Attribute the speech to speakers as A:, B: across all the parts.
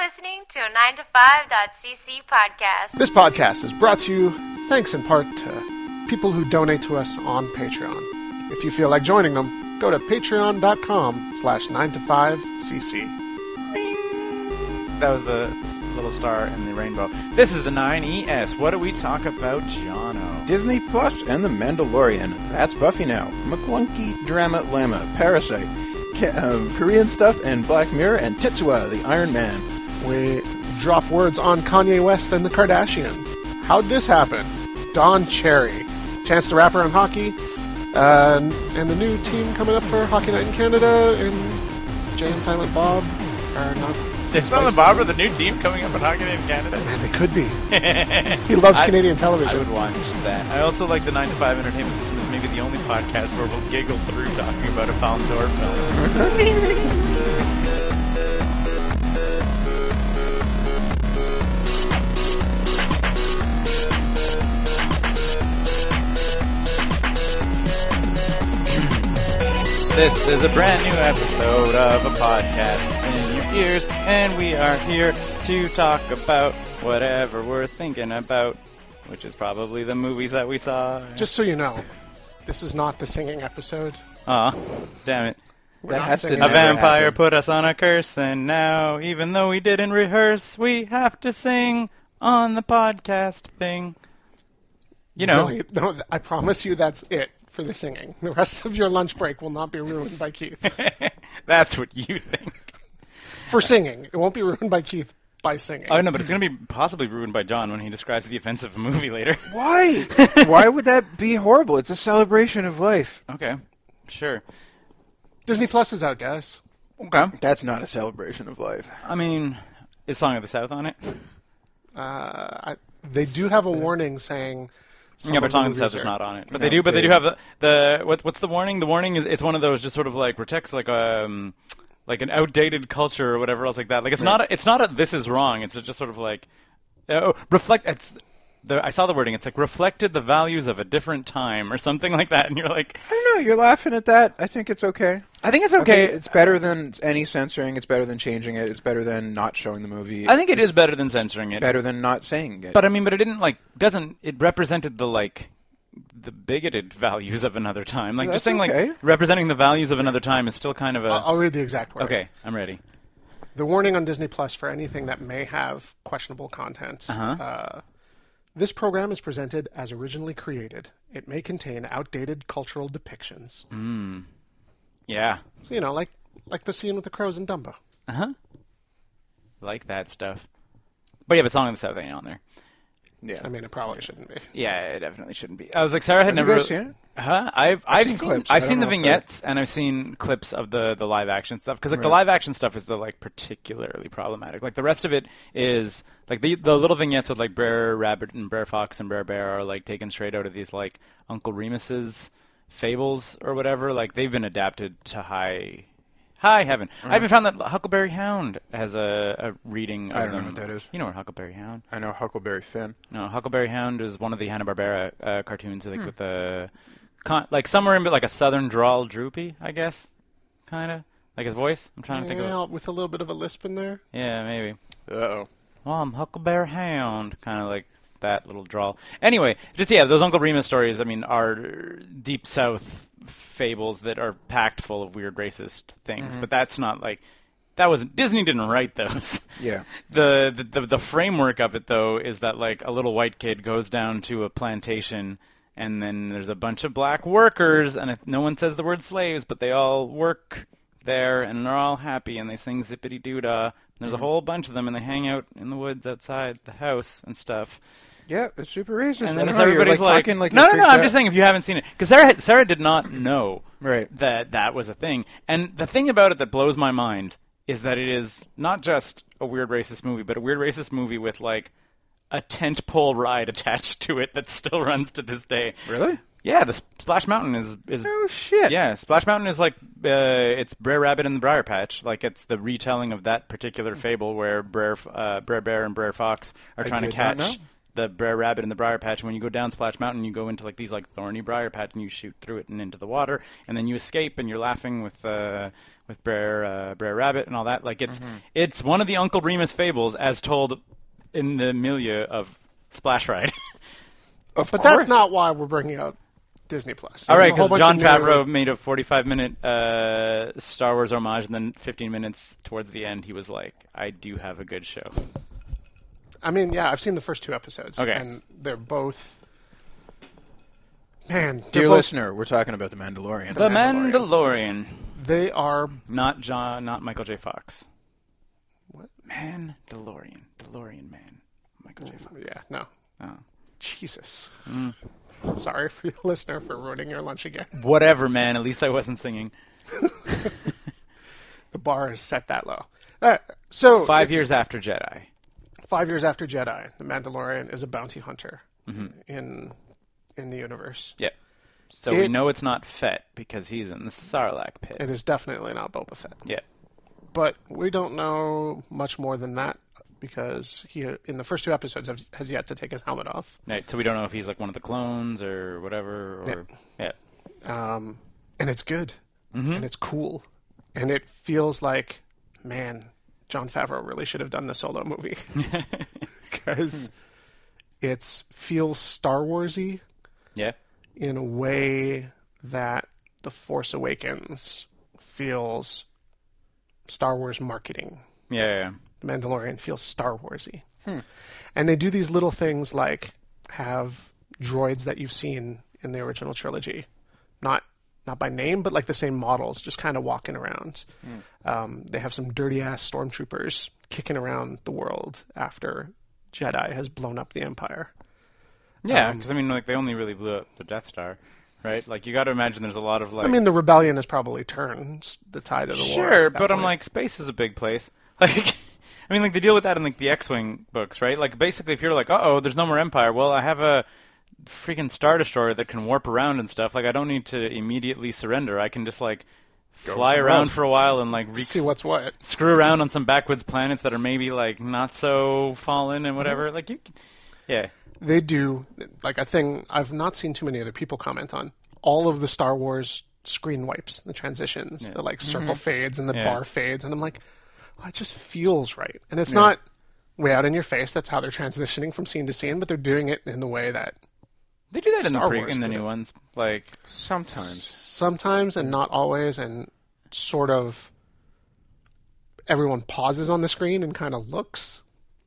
A: listening to a 9to5.cc podcast.
B: This podcast is brought to you thanks in part to people who donate to us on Patreon. If you feel like joining them, go to patreon.com slash 9to5cc.
C: That was the s- little star in the rainbow. This is the 9ES. What do we talk about, Jono?
D: Disney Plus and The Mandalorian. That's Buffy now. McClunky, Drama, Llama, Parasite, K- um, Korean stuff, and Black Mirror, and Tetsuo, the Iron Man.
B: We drop words on Kanye West and the Kardashian. How'd this happen? Don Cherry, Chance the Rapper on hockey, uh, and the new team coming up for Hockey Night in Canada, and Jay and Silent Bob are not.
C: Is Son of Bob with the new team coming up in Hockey Night in Canada?
B: And they could be. he loves
C: I-
B: Canadian
C: I
B: television.
C: would watch that. I also like the 9 to 5 entertainment system is maybe the only podcast where we'll giggle through talking about a Palme d'Or film. This is a brand new episode of a podcast that's in your ears, and we are here to talk about whatever we're thinking about, which is probably the movies that we saw.
B: Just so you know, this is not the singing episode.
C: Aw, damn it.
D: that
B: not
D: has to
B: singing.
C: A
D: never
C: vampire
D: happen.
C: put us on a curse, and now, even though we didn't rehearse, we have to sing on the podcast thing. You know,
B: Really, no, th- I promise you that's it for the singing. The rest of your lunch break will not be ruined by Keith.
C: that's what you think.
B: For singing. It won't be ruined by Keith by singing.
C: Oh, no, but it's going to be possibly ruined by John when he describes the offense of a movie later.
D: Why? Why would that be horrible? It's a celebration of life.
C: okay, sure.
B: Disney Plus is out, guys.
C: Okay.
D: That's not a celebration of life.
C: I mean, is Song of the South on it?
B: Uh, I, they do have a warning saying. some
C: yeah,
B: of
C: but
B: the
C: Song of the
B: movies
C: South is
B: are-
C: not on it. But
D: No,
C: they do. But they,
D: they-
C: do have the, the what, what's the warning? The warning is it's one of those just sort of like protects like um like an outdated culture or whatever else like that. Like it's not a, it's not a this is wrong. It's a, just sort of like oh reflect. It's the I saw the wording. It's like reflected the values of a different time or something like that. And you're like,
D: I don't know. You're laughing at that. I think it's okay.
C: I think it's
D: I
C: okay.
D: think it's better than any censoring. It's better than changing it. It's better than not showing the movie.
C: I think it is better than censoring it.
D: better than not saying it.
C: But I mean, but it didn't like doesn't it represented the like the bigoted values of another time? Like
D: That's
C: just saying
D: okay.
C: like representing the values of another time is still kind of a
B: I'll read the exact word.
C: okay. I'm ready.
B: The warning on Disney Plus for anything that may have questionable content.
C: Uh-huh.
B: Uh, this program is presented as originally created. It may contain outdated cultural depictions.
C: Yeah,
B: So, you know, like like the scene with the crows in Dumbo.
C: like that stuff. But yeah, but Song of the South ain't on there.
D: yeah.
B: I mean, it probably shouldn't be.
C: Yeah, it definitely shouldn't be. I was like, Sarah had
D: Have you
C: never.
D: guys seen it?
C: Huh? I've I've,
D: seen
C: seen,
D: clips. I
C: I've
D: don't
C: seen the
D: know if I-
C: vignettes and I've seen clips of the the live action stuff because like the
D: Right.
C: live action stuff is the like particularly problematic. Like the rest of it is like the the little vignettes with like Brer Rabbit and Brer Fox and Brer Bear are like taken straight out of these like Uncle Remus's fables or whatever. Like they've been adapted to high. high heaven!
D: Mm-hmm.
C: I even found that Huckleberry Hound has a, a reading. Of
D: I don't know
C: them.
D: what that is.
C: You know what Huckleberry Hound?
D: I know Huckleberry Finn.
C: No, Huckleberry Hound is one of the Hanna Barbera uh, cartoons, like with the con- like somewhere in but like a southern drawl, droopy, I guess, kind of like his voice. I'm trying to think
B: Yeah,
C: of it.
B: with a little bit of a lisp in there.
C: Yeah, maybe.
D: Uh oh.
C: Well, I'm Huckleberry Hound, kind of like that little drawl. Anyway, just yeah, those Uncle Remus stories. I mean, are deep south fables that are packed full of weird racist things, but that's not like that was Disney didn't write those.
D: Yeah.
C: the, the the the framework of it though is that like a little white kid goes down to a plantation and then there's a bunch of black workers and it, no one says the word slaves but they all work there and they're all happy and they sing zippity doo dah there's a whole bunch of them and they hang out in the woods outside the house and stuff
D: Yeah, it's super racist.
C: and
D: I
C: then
D: don't
C: as
D: know, you're,
C: everybody's like,
D: talking like
C: no,
D: you're
C: no, no.
D: freaked
C: I'm
D: out.
C: just saying if you haven't seen it, because Sarah had- Sarah did not know
D: Right.
C: that that was a thing. And the thing about it that blows my mind is that it is not just a weird racist movie, but a weird racist movie with like a tent pole ride attached to it that still runs to this day.
D: Really?
C: Yeah, the Sp- Splash Mountain is is
D: Oh shit.
C: yeah, Splash Mountain is like uh, it's Brer Rabbit and the Briar Patch. Like it's the retelling of that particular fable where Brer, uh, Brer Bear and Brer Fox are trying to
D: did
C: catch
D: not know.
C: the Brer Rabbit and the Briar Patch. And when you go down Splash Mountain, you go into like these like thorny Briar Patch, and you shoot through it and into the water, and then you escape, and you're laughing with uh, with Brer uh, Brer Rabbit and all that. Like it's
D: Mm-hmm.
C: it's one of the Uncle Remus fables as told in the milieu of Splash Ride.
D: Of
B: But
D: course.
B: that's not why we're bringing out Disney Plus.
C: All
B: There's
C: right,
B: a whole
C: because
B: bunch
C: John
B: of
C: Favreau
B: narrative-
C: made a 45 minute uh, Star Wars homage, and then 15 minutes towards the end, he was like, I do have a good show.
B: I mean, yeah, I've seen the first two episodes.
C: Okay.
B: And they're both. Man, they're
D: Dear
B: both-
D: listener, we're talking about The Mandalorian.
C: The Mandalorian.
B: They are.
C: Not John, not Michael J. Fox.
B: What?
C: Man, DeLorean. DeLorean man. Michael J. Fox.
B: Yeah, no.
C: Oh. Mm.
B: Jesus. Sorry for your listener for ruining your lunch again.
C: Whatever, man. At least I wasn't singing.
B: The bar is set that low. All right, so
C: Five
B: it's-
C: years after Jedi.
B: five years after Jedi, the Mandalorian is a bounty hunter in in the universe.
C: Yeah. So we
B: It-
C: know it's not Fett because he's in the Sarlacc pit.
B: It is definitely not Boba Fett,
C: yeah.
B: but we don't know much more than that because he, in the first two episodes, have, has yet to take his helmet off.
C: Right. So we don't know if he's like one of the clones or whatever. Or yeah.
B: um, and it's good and it's cool and it feels like man john favreau really should have done the solo movie because it's feels star warsy
C: Yeah.
B: in a way that the force awakens feels star wars marketing
C: Yeah. yeah, yeah.
B: the Mandalorian feels Star Warsy. And they do these little things like have droids that you've seen in the original trilogy, not not by name, but like the same models, just kind of walking around. Um, they have some dirty ass stormtroopers kicking around the world after Jedi has blown up the Empire.
C: Yeah, because I mean, like they only really blew up the Death Star, right? Like you got to imagine there's a lot of like.
B: I mean, the rebellion has probably turned the tide of the war.
C: sure,
B: at that
C: but I'm
B: point.
C: like, space is a big place. Like, I mean, like they deal with that in like the X-wing books, right? Like basically, if you're like, uh oh, there's no more Empire. Well, I have a freaking Star Destroyer that can warp around and stuff. Like, I don't need to immediately surrender. I can just like fly
D: somewhere
C: around
D: else.
C: for a while and like wreak
B: see what's what.
C: screw around on some backwards planets that are maybe like not so fallen and whatever.
B: Mm-hmm.
C: Like you, c- yeah.
B: they do like a thing I've not seen too many other people comment on. All of the Star Wars screen wipes, the transitions, the like circle fades and the
C: Yeah.
B: bar fades, and I'm like, oh, it just feels right. And it's not way out in your face. That's how they're transitioning from scene to scene, but they're doing it in the way that
C: They do that in the
B: Star
C: pre-
B: Wars
C: in the
B: did
C: new
B: it.
C: ones, like.
D: Sometimes.
B: sometimes and not always, and sort of everyone pauses on the screen and kind of looks.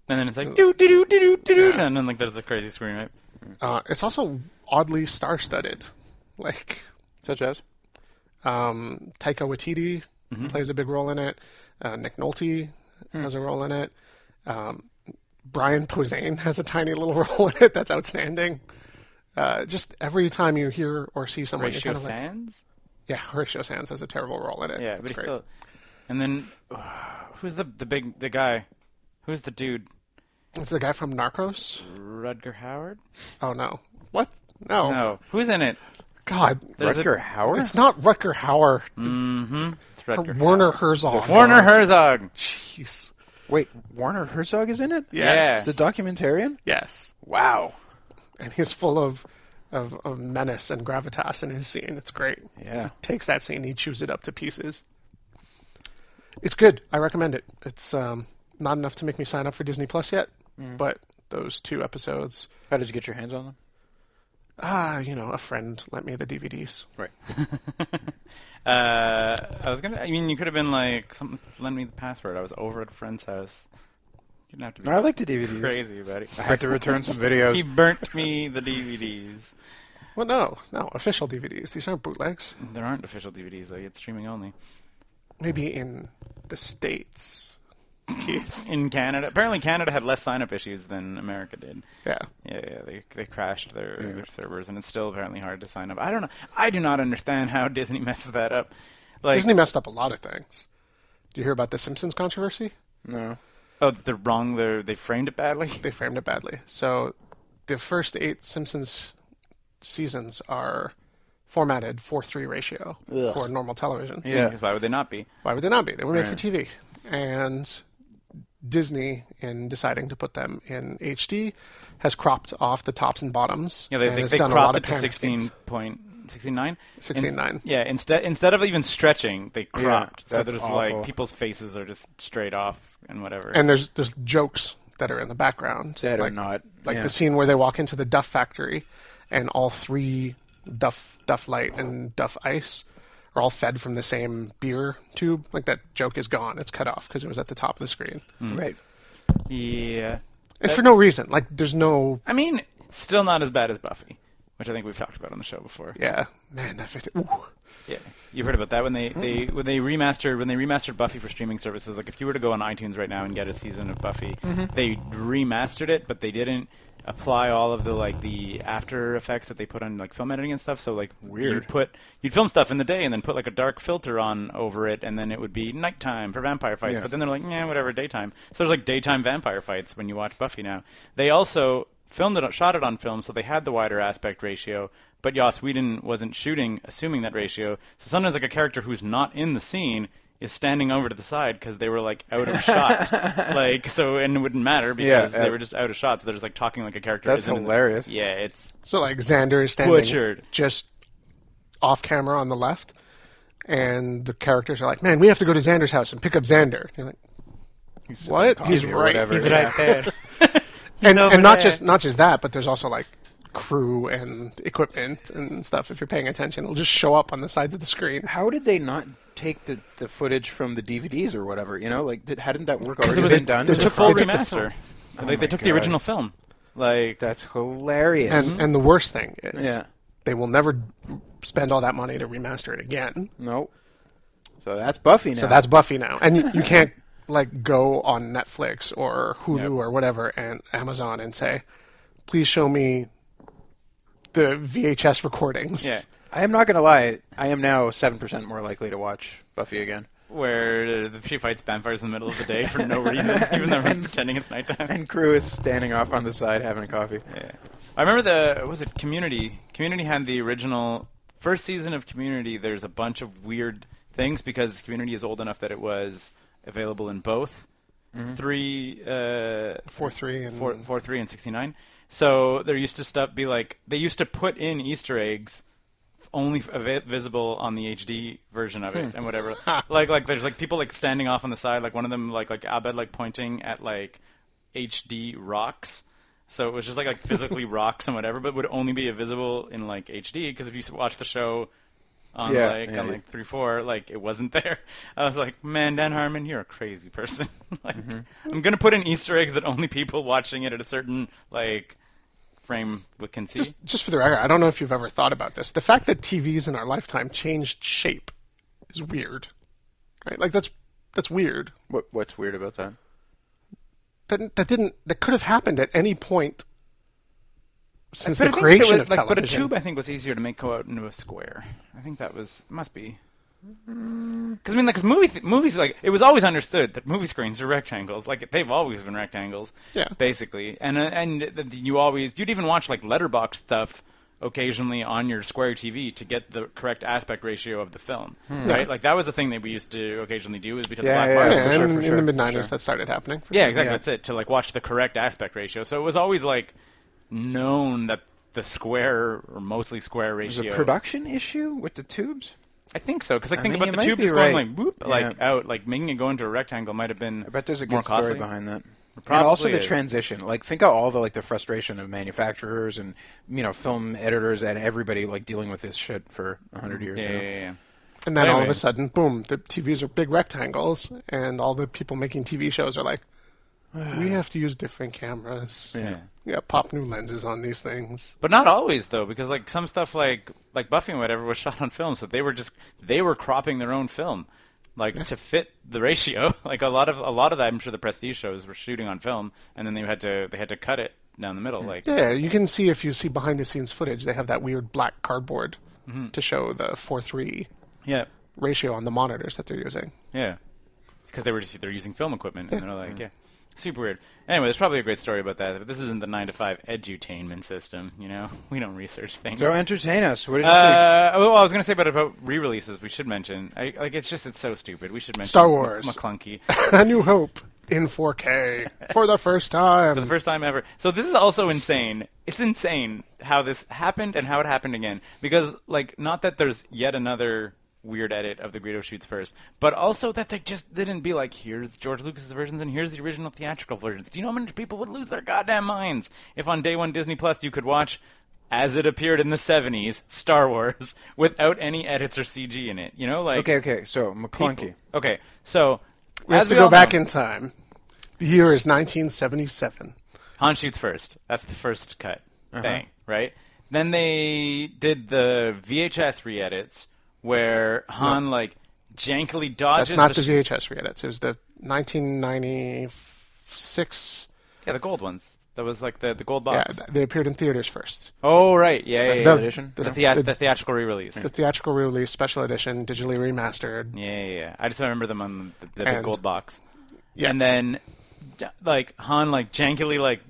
C: And then it's like doo doo doo doo doo doo, and then like there's the crazy scream. Right?
B: Uh, it's also oddly star-studded, like.
D: Such as? Mm-hmm.
B: Um, Taika Waititi plays a big role in it. Uh, Nick Nolte
D: Hmm.
B: has a role in it. Um, Brian Posehn has a tiny little role in it that's outstanding. Uh, just every time you hear or see someone, you're
C: Ratio
B: kind of like,
C: Sands.
B: yeah, Horatio Sands has a terrible role in it.
C: Yeah,
B: It's
C: but he's
B: great.
C: still. And then who's the the big the guy? Who's the dude?
B: It's the guy from Narcos.
C: Mm-hmm. Rudger Howard?
B: Oh no, what? No,
D: Oh
C: No, who's in it?
B: God,
C: There's a-
D: Rutger Hauer?
B: it's not Rutger Hauer,
C: It's Rutger.
B: Werner Herzog.
C: Warner Herzog.
B: Jeez.
D: Wait, Warner Herzog is in it?
B: Yes.
D: The documentarian?
B: Yes.
D: Wow.
B: and he's full of, of of menace and gravitas in his scene. It's great.
D: Yeah.
B: He takes that scene, he chews it up to pieces. It's good. I recommend it. It's um, not enough to make me sign up for Disney Plus yet, but those two episodes,
D: How did you get your hands on them?
B: ah, you know, a friend lent me the DVDs.
D: Right.
C: Uh, I was gonna. I mean, you could have been like, something, lend me the password. I was over at a friend's house. You didn't have to be
D: I like the DVDs.
C: crazy about it.
D: I had to return some
C: He
D: videos.
C: burnt me the DVDs.
B: Well, no, no, official DVDs. These aren't bootlegs.
C: There aren't official DVDs though. It's streaming only.
B: Maybe in the states. Keith.
C: in Canada. Apparently, Canada had less sign-up issues than America did.
B: Yeah.
C: Yeah, yeah, they they crashed their, their servers, and it's still apparently hard to sign up. I don't know. I do not understand how Disney messes that up. Like,
B: Disney messed up a lot of things. Do you hear about the Simpsons controversy?
D: No.
C: oh, they're wrong. They they framed it badly.
B: they framed it badly. So the first eight Simpsons seasons are formatted 4 3 ratio
D: Ugh.
B: for normal television.
D: Yeah.
C: Why would they not be?
B: Why would they not be? They were made for TV. And Disney, in deciding to put them in HD, has cropped off the tops and bottoms.
C: Yeah, they,
B: and
C: they,
B: has
C: they
B: done a lot
C: cropped
B: of
C: it to
B: parent
C: sixteen
B: things.
C: point sixteen nine.
B: 16.9.
C: yeah, instead instead of even stretching, they cropped. so
D: that's
C: there's
D: awful.
C: like people's faces are just straight off and whatever.
B: And there's there's jokes that are in the background
D: Dead
B: like,
D: or not.
B: like
D: yeah.
B: the scene where they walk into the Duff factory, and all three Duff Duff Light and Duff Ice are all fed from the same beer tube. Like that joke is gone; it's cut off because it was at the top of the screen,
D: Right.
C: yeah,
B: and for no reason. Like there's no
C: I mean, still not as bad as Buffy, which I think we've talked about on the show before.
B: yeah, man, that video. Ooh.
C: Yeah, you've heard about that when they, they when they remastered when they remastered Buffy for streaming services. Like if you were to go on iTunes right now and get a season of Buffy, they remastered it, but they didn't apply all of the like the after effects that they put on like film editing and stuff. So like weird, you'd put you'd film stuff in the day and then put like a dark filter on over it, and then it would be nighttime for vampire fights.
D: Yeah.
C: But then they're like, yeah, whatever, daytime. So there's like daytime vampire fights when you watch Buffy now. They also filmed it, shot it on film, so they had the wider aspect ratio. But Joss Whedon wasn't shooting, assuming that ratio. So sometimes like a character who's not in the scene is standing over to the side because they were like out of shot, like so, and it wouldn't matter because
D: Yeah, uh,
C: they were just out of shot. So they're just like talking like a character.
D: That's
C: isn't in the-
D: hilarious.
C: yeah, it's
B: So like Xander is standing
C: Butchered.
B: just off camera on the left, and the characters are like, "Man, we have to go to Xander's house and pick up Xander." And you're like,
D: He's
B: What?
D: sipping
B: He's
D: coffee or
B: right.
D: Whatever.
B: He's
D: yeah.
C: there.
B: and
C: over
B: and not
C: there.
B: just not just that, but there's also like crew and equipment and stuff. If you're paying attention, it'll just show up on the sides of the screen.
D: How did they not take the, the footage from the DVDs or whatever? You know, like did, hadn't that work already
C: it was
D: been
C: a,
D: done?
C: It was
B: They
C: a
B: took-
C: full
B: they took the
C: remaster. Oh
B: film.
C: like they
D: my
C: took the
D: God.
C: original film. Like
D: That's hilarious.
B: And and the worst thing is,
D: Mm-hmm. Yeah.
B: they will never spend all that money to remaster it again.
D: no. So that's Buffy now.
B: So that's Buffy now, and you, you can't like go on Netflix or Hulu
D: Yep.
B: or whatever and Amazon and say, "Please show me the VHS recordings."
C: yeah,
D: I am not going to lie. I am now seven percent more likely to watch Buffy again.
C: where uh, she fights vampires in the middle of the day for no reason, even though everyone's pretending it's nighttime.
D: And Crew is standing off on the side having a coffee.
C: Yeah. I remember the what was it Community? Community had the original first season of Community. There's a bunch of weird things because Community is old enough that it was available in both three, uh,
B: four three and
C: four, four, three, and sixty nine. So there used to stuff be like they used to put in Easter eggs only av- visible on the HD version of it and whatever. like like there's like people like standing off on the side. Like one of them like like Abed like pointing at like HD rocks. So it was just like like physically rocks and whatever, but would only be visible in like HD because if you s- watch the show. On
D: Yeah,
C: like
D: yeah.
C: on like three four, like it wasn't there. I was like, man, Dan Harmon, you're a crazy person. like, I'm gonna put in Easter eggs that only people watching it at a certain like frame would- can see.
B: just, just for the record, I don't know if you've ever thought about this. The fact that TVs in our lifetime changed shape is weird, right? Like that's that's weird.
D: What, what's weird about that?
B: That that didn't that could have happened at any point since the
C: I think
B: creation
C: there was-
B: of
C: like,
B: television.
C: But a tube, I think, was easier to make go out into a square. I think that was must be. Because I mean, like, 'cause movie th- movies, like, it was always understood that movie screens are rectangles. Like, they've always been rectangles.
B: Yeah.
C: Basically, and uh, and th- you always you'd even watch like letterbox stuff occasionally on your square TV to get the correct aspect ratio of the film. Right. Like that was a thing that we used to occasionally do is because
D: Yeah,
C: black
D: yeah,
C: box
D: yeah.
B: Hmm. Yeah,
C: was
D: for sure,
B: and
D: for sure,
B: in the
D: for
B: mid '90s,
D: sure.
B: that started happening. for
C: yeah, exactly.
D: Yeah.
C: That's it. To like watch the correct aspect ratio. So it was always like known that the square or mostly square
D: Is it
C: ratio.
D: a production issue with the tubes?
C: I think so because like
D: I
C: think
D: mean, you
C: about the
D: might
C: tube
D: be
C: is going
D: right.
C: like boop
D: Yeah.
C: like out like making it go into a rectangle might have been.
D: I bet there's a
C: more
D: good story
C: costly.
D: behind that. And
C: probably
D: also the
C: is.
D: transition. Like think of all the like the frustration of manufacturers and you know film editors and everybody like dealing with this shit for a hundred years.
C: Yeah,
D: you know?
C: yeah, yeah.
B: And then
C: Wait a
B: all of a
C: minute.
B: sudden, boom, the TVs are big rectangles, and all the people making TV shows are like, we have to use different cameras.
C: yeah.
B: We gotta pop new lenses on these things.
C: But not always though, because like some stuff like like Buffy and whatever was shot on film, so they were just they were cropping their own film, like to fit the ratio. Like a lot of a lot of that, I'm sure the prestige shows were shooting on film, and then they had to they had to cut it down the middle. Like
B: Yeah, you can see if you see behind the scenes footage, they have that weird black cardboard
C: Mm-hmm.
B: to show the 4 3
C: yeah.
B: ratio on the monitors that they're using.
C: Yeah, because they were just they're using film equipment, and they're like, yeah, Mm-hmm. super weird. Anyway, there's probably a great story about that, but this isn't the nine to five edutainment system. You know, we don't research things.
D: So entertain us. What did you think?
C: Uh, well, I was going to say about about re-releases. We should mention, I, like, it's just it's so stupid. We should mention
B: Star Wars.
C: McClunky.
B: A New Hope. in 4K for the first time.
C: For the first time ever. So this is also insane. It's insane how this happened and how it happened again. Because like, not that there's yet another weird edit of the Greedo shoots first, but also that they just didn't be like, here's George Lucas's versions and here's the original theatrical versions. Do you know how many people would lose their goddamn minds if on day one Disney Plus you could watch as it appeared in the 70s, Star Wars, without any edits or CG in it. You know, like
D: Okay, okay. So McClunky.
C: okay. So
B: we have
C: as
B: to
C: we
B: go
C: all
B: back
C: know,
B: in time. The year is 1977.
C: Han shoots first. That's the first cut.
B: Uh-huh.
C: Bang, right? Then they did the VHS re edits where Han, like, jankily dodges
B: That's not
C: the,
B: the VHS re-edits. It was the 1996.
C: Yeah, the gold ones. That was like the, the gold
B: Yeah,
C: box.
B: they appeared in theaters first.
C: oh, right. Yeah, yeah, yeah.
B: The-
D: edition?
C: The,
B: The,
C: thea-
B: the-
C: the theatrical re release.
B: the theatrical release, special edition, digitally remastered.
C: Yeah, yeah, yeah. I just remember them on the, the big
B: And-
C: gold box.
B: Yeah.
C: And then, j- like Han, like jankily, like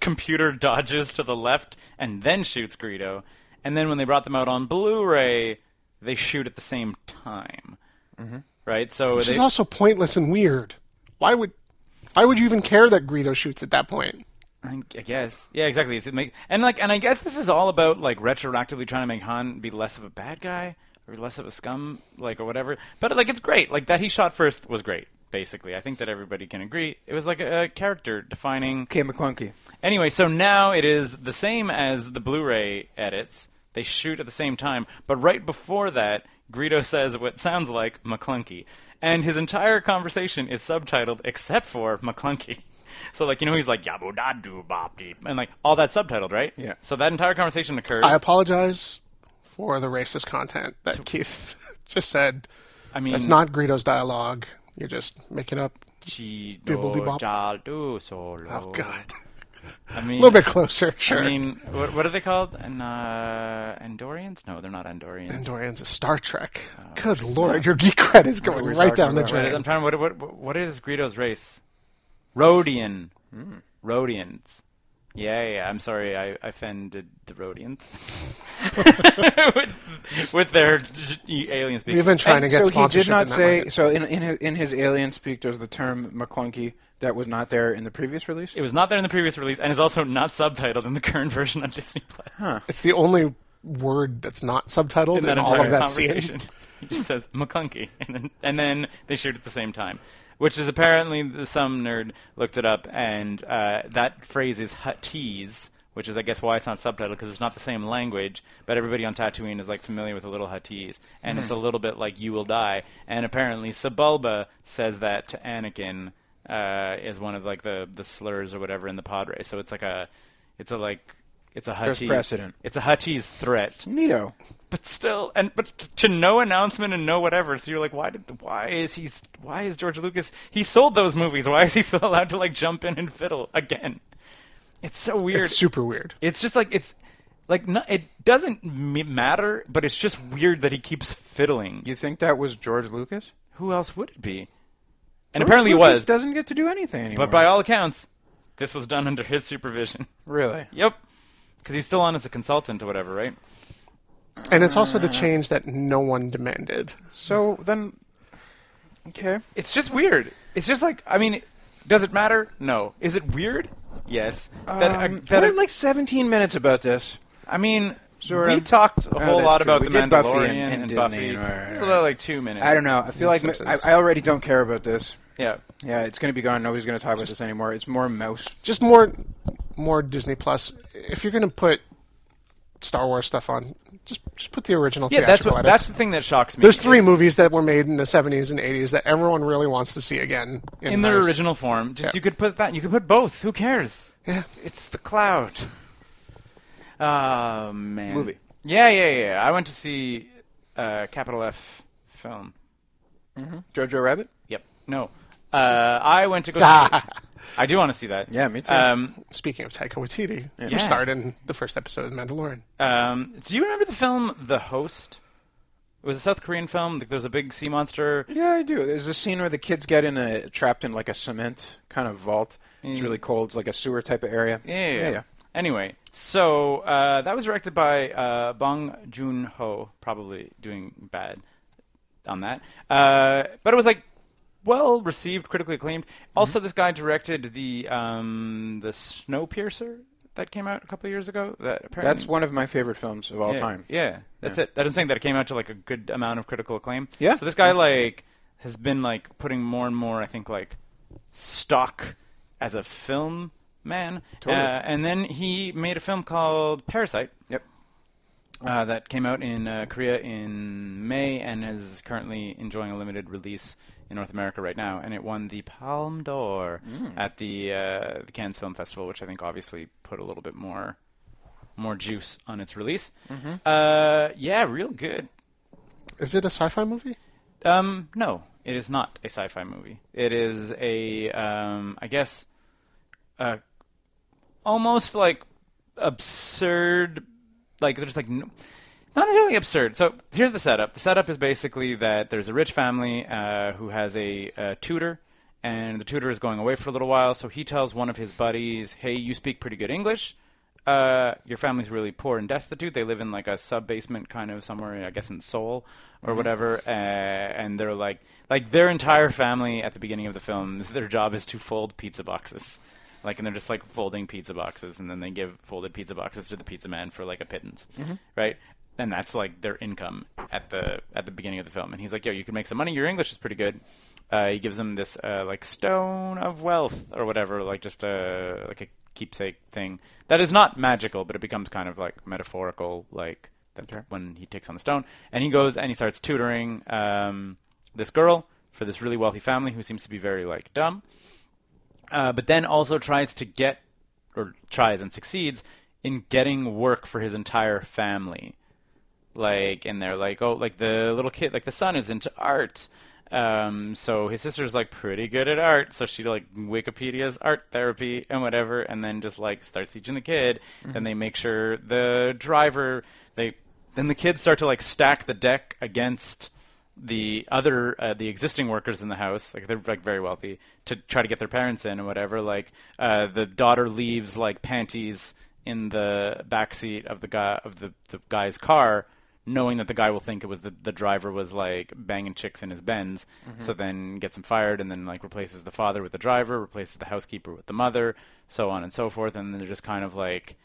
C: computer dodges to the left and then shoots Greedo. And then when they brought them out on Blu-ray, they shoot at the same time, right? So
B: Mm-hmm. Which
C: they,
B: is also pointless and weird. Why would why would you even care that Greedo shoots at that point?
C: I I guess. Yeah, exactly. It's- It make, and like, and I guess this is all about like retroactively trying to make Han be less of a bad guy or less of a scum, like or whatever. But like, it's great. Like that he shot first was great. Basically, I think that everybody can agree it was like a, a character defining.
D: Okay, McClunky.
C: Anyway, so now it is the same as the Blu-ray edits. They shoot at the same time, but right before that, Greedo says what sounds like McClunky, and his entire conversation is subtitled except for McClunky. So like you know he's like yabu da doo bop dee," and like all that subtitled right
D: Yeah.
C: so that entire conversation occurs
B: I apologize for the racist content that Keith just said.
C: I mean
B: That's not Greedo's dialogue. You're just making up.
C: chi
B: Bibbidi
C: do
B: bop.
C: ja do solo
B: Oh God,
C: I mean
B: a little bit closer. Sure.
C: I mean what, what are they called and uh, Andorians no they're not Andorians
B: Andorian's a Star Trek.
C: uh,
B: Good lord, your geek cred is going
D: we're
B: right down the
D: talking
C: What
D: about-
C: is,
B: drain.
C: I'm trying. What, what what is Greedo's race? Rhodian. Rhodians. Yeah, yeah, yeah. I'm sorry, I I offended the Rhodians with, with their j- alien speak.
B: We've been trying to get
D: so he
B: sponsorship.
D: did not
B: in that
D: say.
B: market.
D: So in in his, in his alien speak, does the term McClunky that was not there in the previous release?
C: It was not there in the previous release, and is also not subtitled in the current version on Disney Plus.
B: It's the only word that's not subtitled
C: In
B: in,
C: that
B: all of
C: entire
B: that scene.
C: conversation, he just says McClunky, and then and then they shoot at the same time, which is apparently the, some nerd looked it up, and uh, that phrase is Huttese, which is I guess why it's not subtitled because it's not the same language, but everybody on Tatooine is like familiar with a little Huttese, and it's a
B: Hmm.
C: little bit like you will die, and apparently Sebulba says that to Anakin uh, is one of like the the slurs or whatever in the pod race, so it's like a it's a like it's a Huttese.
D: precedent.
C: It's a Huttese threat
D: Neato.
C: but still, and but t- to no announcement and no whatever. So you're like, why did why is he why is George Lucas he sold those movies? Why is he still allowed to like jump in and fiddle again? It's so weird.
B: It's super weird.
C: It's just like it's like no, it doesn't m- matter, but it's just weird that he keeps fiddling.
D: You think that was George Lucas?
C: Who else would it be? And
D: George
C: apparently
D: Lucas
C: it was,
D: doesn't get to do anything anymore.
C: but by all accounts, this was done under his supervision.
D: really,
C: Yep, because he's still on as a consultant or whatever, right?
B: And it's also the change that no one demanded.
D: so then, okay.
C: It's just weird. It's just like I mean, does it matter? No. Is it weird? Yes. That,
D: Um,
C: uh, that-
D: we're at, like 17 minutes about this.
C: I mean,
D: Sort
C: we
D: of.
C: talked a
D: Oh,
C: whole
D: that's
C: lot
D: true.
C: about
D: We
C: the Mandalorian
D: did Buffy and-
C: and,
D: and
C: Buffy.
D: Disney and- right, right,
C: It's
D: right.
C: about like two minutes.
D: I don't know. I feel like
B: Simpsons.
D: I, I already don't care about this.
C: Yeah.
D: Yeah, it's going to be gone. Nobody's going to talk about this anymore. It's more mouse.
B: Just more, more Disney Plus. If you're going to put Star Wars stuff on, just just put the original.
C: Yeah, that's
B: theatrical
C: what,
B: edits.
C: that's the thing that shocks me.
B: There's three
C: is
B: movies that were made in the 70s and 80s that everyone really wants to see again in,
C: in their
B: those.
C: original form. Just
B: Yeah.
C: you could put that. You could put both. Who cares?
B: Yeah.
C: It's the cloud. Oh man.
D: Movie.
C: Yeah, yeah, yeah. I went to see uh, Capital F film.
D: Jojo Rabbit.
C: Yep. No. Uh, I went to go. see I do want to see that.
D: Yeah, me too.
C: Um,
B: Speaking of Taika Waititi, who
C: Yeah.
B: starred in the first episode of Mandalorian.
C: Um, do you remember the film The Host? It was a South Korean film. Like, there was a big sea monster.
D: Yeah, I do. There's a scene where the kids get in a trapped in like a cement kind of vault. It's really cold. It's like a sewer type of area.
C: Mm. Yeah.
D: yeah. yeah.
C: Anyway, so uh, that was directed by uh, Bong Joon Ho, probably doing bad on that. Uh, but it was like well received, critically acclaimed.
D: Mm-hmm.
C: Also, this guy directed the um, the Snowpiercer that came out a couple of years ago. That apparently
D: That's one of my favorite films of all
C: yeah,
D: time.
C: Yeah, that's it. I'm saying that it came out to like a good amount of critical acclaim.
D: Yeah.
C: So this guy like has been like putting more and more, I think, like stock as a film man.
D: Totally.
C: Uh, and then he made a film called Parasite
D: Yep.
C: uh, that came out in uh, Korea in May and is currently enjoying a limited release in North America right now. And it won the Palme d'Or
D: Mm.
C: at the, uh, the Cannes Film Festival, which I think obviously put a little bit more more juice on its release.
D: Mm-hmm.
C: Uh, yeah, real good.
B: Is it a sci-fi movie?
C: Um, no, it is not a sci-fi movie. It is a, um, I guess, uh, almost like absurd. Like there's like n not necessarily absurd. So here's the setup. The setup is basically that there's a rich family uh, who has a, uh tutor, and the tutor is going away for a little while. So he tells one of his buddies, "Hey, you speak pretty good English." uh, your family's really poor and destitute. They live in like a sub basement kind of somewhere, I guess in Seoul or whatever. Uh, and they're like, like their entire family at the beginning of the film, is their job is to fold pizza boxes. Like, and they're just like folding pizza boxes, and then they give folded pizza boxes to the pizza man for like a pittance, right? And that's like their income at the at the beginning of the film. And he's like, "Yo, you can make some money. Your English is pretty good." Uh, he gives them this uh, like stone of wealth or whatever, like just a like a keepsake thing that is not magical, but it becomes kind of like metaphorical, like that when he takes on the stone. And he goes and he starts tutoring um, this girl for this really wealthy family who seems to be very like dumb, uh, but then also tries to get or tries and succeeds in getting work for his entire family like and they're like oh like the little kid like the son is into art um so his sister's like pretty good at art so she like wikipedia's art therapy and whatever and then just like starts teaching the kid and they make sure the driver they then the kids start to like stack the deck against the other uh, the existing workers in the house like they're like very wealthy to try to get their parents in and whatever like uh, the daughter leaves like panties in the back seat of the guy of the, the guy's car knowing that the guy will think it was the, the driver was like banging chicks in his Benz so then gets him fired and then like replaces the father with the driver replaces the housekeeper with the mother so on and so forth and then they're just kind of like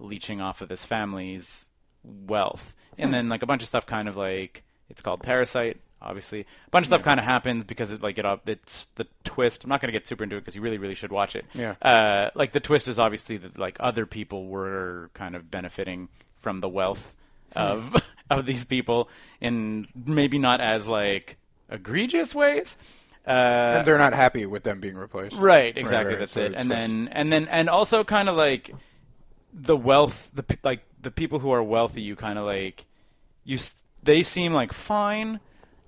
C: leeching off of this family's wealth. And then like a bunch of stuff kind of like it's called Parasite, obviously. A bunch of stuff kind of happens because it like it ob- it's the twist. I'm not going to get super into it because you really really should watch it.
D: Yeah.
C: Uh like the twist is obviously that like other people were kind of benefiting from the wealth of of these people in maybe not as like egregious ways. Uh,
D: And they're not happy with them being replaced.
C: Right, exactly.
D: right,
C: That's
D: so
C: it. And
D: twist.
C: then and then and also kind of like the wealth, the pe- like the people who are wealthy, you kind of like you s- they seem like fine,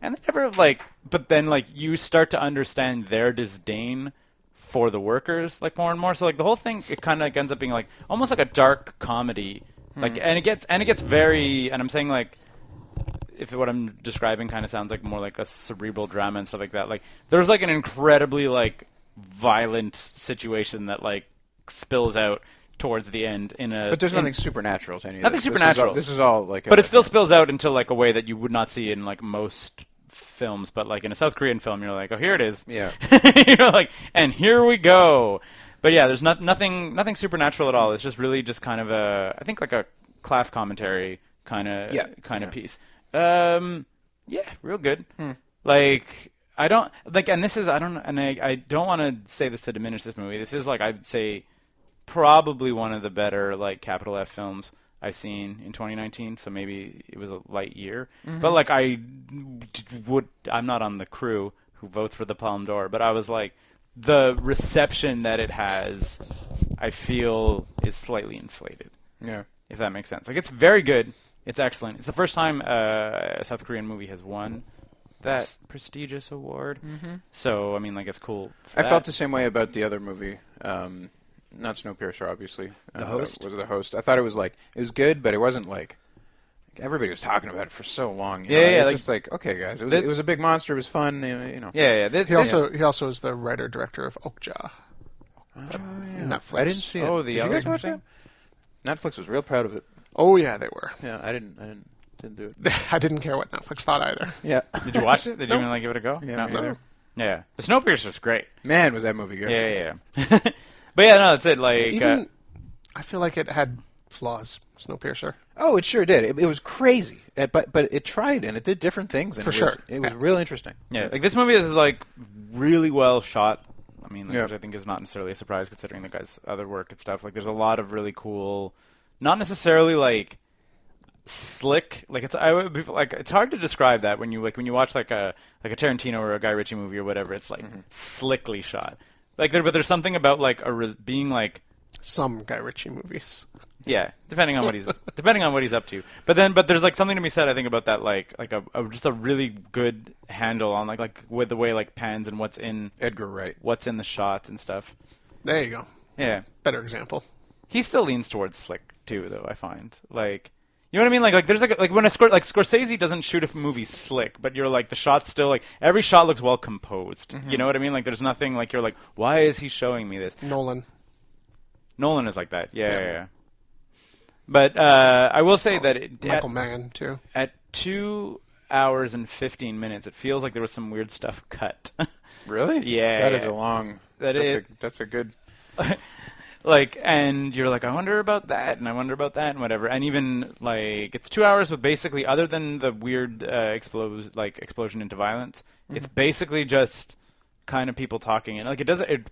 C: and they never like. But then like you start to understand their disdain for the workers like more and more. So like the whole thing, it kind of like, ends up being like almost like a dark comedy.
D: Hmm.
C: Like and it gets and it gets very and I'm saying like if what I'm describing kind of sounds like more like a cerebral drama and stuff like that. Like there's like an incredibly like violent situation that like spills out towards the end in a.
D: But there's
C: in-
D: nothing supernatural to any of
C: Nothing
D: this. This is all-
C: supernatural.
D: This is all, like.
C: but
D: a-
C: it still spills out into like a way that you would not see in like most films. But like in a South Korean film, you're like, oh, here it is.
D: Yeah.
C: you're like, and here we go. But yeah, there's not, nothing nothing supernatural at all. It's just really just kind of a I think like a class commentary kind of
D: Yeah. Hmm.
C: kind of piece. Um, yeah, real good. Like I don't like, and this is I don't and I, I don't want to say this to diminish this movie. This is like I'd say probably one of the better like capital F films I've seen in 2019. So maybe it was a light year,
D: Mm-hmm.
C: but like I d- would I'm not on the crew who votes for the Palme d'Or, but I was like the reception that it has, I feel is slightly inflated
D: Yeah.
C: if that makes sense. Like it's very good. It's excellent. It's the first time uh, a South Korean movie has won that prestigious award. Mm-hmm. So I mean, like it's cool. for
D: I
C: that.
D: felt the same way about the other movie. Um, not Snowpiercer, obviously. The
C: Host?
D: was the host. I thought it was like it was good, but it wasn't like everybody was talking about it for so long. you
C: Yeah,
D: know?
C: yeah,
D: It's
C: like-
D: just like okay, guys, it was,
C: Th-
D: it was a big monster. It was fun. You know.
C: Yeah, yeah. Th-
B: He
C: this-
B: also he also is the writer director of Okja. Netflix.
D: I didn't see it.
C: Oh, the
D: Did you guys
C: other
D: watch
C: thing?
D: that? Netflix was real proud of it.
B: Oh yeah, they were.
D: Yeah, I didn't. I didn't. Didn't do it.
B: I didn't care what Netflix thought either.
D: Yeah.
C: Did you watch it? Did you even like give it a go?
D: Yeah,
C: No.
D: me neither.
C: Yeah, the Snowpiercer's great.
D: Man, was that movie good.
C: Yeah, yeah. yeah. but yeah, no, that's it. Like, uh,
B: Even I feel like it had flaws. Snowpiercer.
D: Oh, it sure did. It, it was crazy, Uh, but but it tried and it did different things. And
B: For
D: it was,
B: sure.
D: it was
B: Yeah.
D: real interesting.
C: yeah, like this movie is like really well shot. I mean, like,
D: Yeah.
C: which I think is not necessarily a surprise considering the guy's other work and stuff. Like, there's a lot of really cool, not necessarily like slick. Like it's I would be, like it's hard to describe that when you like when you watch like a like a Tarantino or a Guy Ritchie movie or whatever. It's like slickly shot. Like there, but there's something about like a res- being like
B: Some Guy Ritchie movies.
C: Yeah, depending on what he's depending on what he's up to. But then, but there's like something to be said, I think, about that, like like a, a just a really good handle on like like with the way like pans and what's in
D: Edgar Wright.
C: what's in the shot and stuff.
B: There you go.
C: Yeah,
B: Better example.
C: he still leans towards slick too, though. I find like you know what I mean. Like like there's like like when a Scor- like Scorsese doesn't shoot a movie slick, but you're like the shot's still like every shot looks well composed. You know what I mean? Like there's nothing like you're like why is he showing me this?
B: Nolan.
C: Nolan is like that. Yeah, yeah. yeah. But uh, I will say that it,
B: Michael
C: at-
B: Mann too.
C: at two hours and 15 minutes it feels like there was some weird stuff cut
D: Really?
C: Yeah.
D: That is a long.
C: That
D: that's
C: is-
D: A, that's a good.
C: like and you're like i wonder about that and i wonder about that and whatever and even like it's two hours with basically other than the weird uh, explos- like explosion into violence it's basically just kind of people talking and like it does it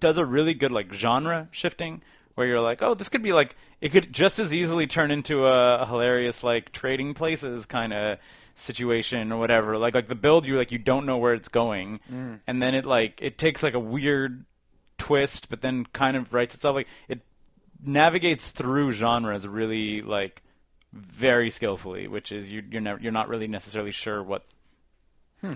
C: does a really good like genre shifting where you're like oh this could be like it could just as easily turn into a, a hilarious like trading places kind of situation or whatever like like the build you like you don't know where it's going and then it like it takes like a weird twist, but then kind of writes itself. Like it navigates through genres really like very skillfully, which is you, you're never you're not really necessarily sure what